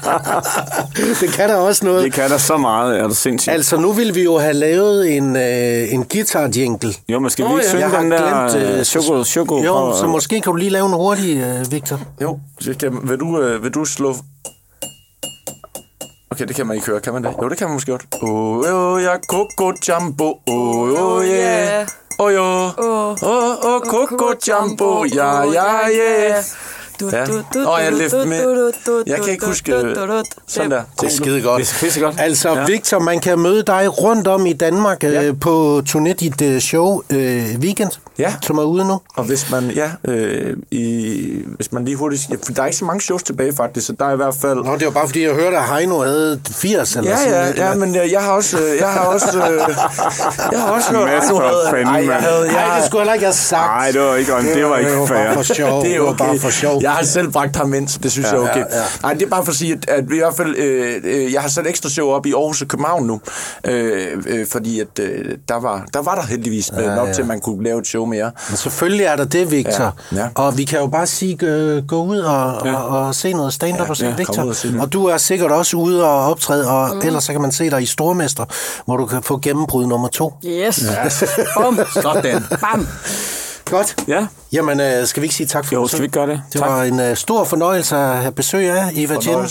Det kan der også noget.
Det kan der så meget, er du sindssygt.
Altså, nu ville vi jo have lavet en, øh, en guitar-jingle.
Jo, men skal vi
Nå,
ikke
ja.
synge
Jeg har
den
glemt,
der
øh,
øh, choco, choco
Jo,
fra-
så måske kan du lige lave en hurtig, øh, Victor.
Jo, det kan, vil, du, øh, vil du slå... Okay, det kan man ikke høre, kan man det? Jo, det kan man måske godt. Oh, oh, ja, coco jumbo, oh, oh, yeah. Oh, jo,
Åh.
oh, oh, coco jumbo, ja, ja, yeah. Ja. Nå, jeg løft med. Jeg kan ikke huske... Sådan der.
Det er skide godt.
Det er pissegodt.
Altså, ja.
Ja.
Victor, man kan møde dig rundt om i Danmark ja. øh, på turné dit øh, show øh, Weekend,
Ja.
som er ude nu.
Og hvis man, ja, øh, i, hvis man lige hurtigt... Ja, for der er ikke så mange shows tilbage, faktisk, så der er i hvert fald...
Nå, det var bare fordi, jeg hørte, at Heino havde 80 eller
Ja,
sådan
ja,
noget.
ja, men øh, jeg har også, øh, jeg har også, øh, jeg har også hørt,
Masser af fanden,
Ej, jeg
mand.
havde, jeg,
Nej, det skulle heller ikke have sagt.
Nej, det var ikke ånd. Det var
Det
ikke
var bare for
fair.
sjov.
det er okay.
bare for sjov.
Jeg har selv bragt ham ind, så det synes ja, jeg er okay.
ja,
Ja,
ja.
ja. Nej, det er bare for at sige, at, at i hvert fald, øh, øh, jeg har sat ekstra show op i Aarhus og København nu, øh, øh, fordi at, øh, der, var, der var der heldigvis ja, nok
ja.
ja. til, at man kunne lave et show mere.
Men selvfølgelig er der det, Victor. Ja,
Ja,
ja.
ja.
Og vi kan jo bare sige, øh, gå ud og, ja. og, og se noget stand-up ja, og se ja,
ja, kom
Victor.
ud og se det.
Og du er sikkert også ude og optræde, og mm. ellers så kan man se dig i Stormester, hvor du kan få gennembrud nummer to.
Yes. Bum.
Sådan.
Bam.
Godt.
Ja,
Jamen, øh, skal vi ikke sige tak for
jo,
besøget?
skal vi ikke gøre det?
Det var en øh, stor fornøjelse at have besøg af Eva Jensen.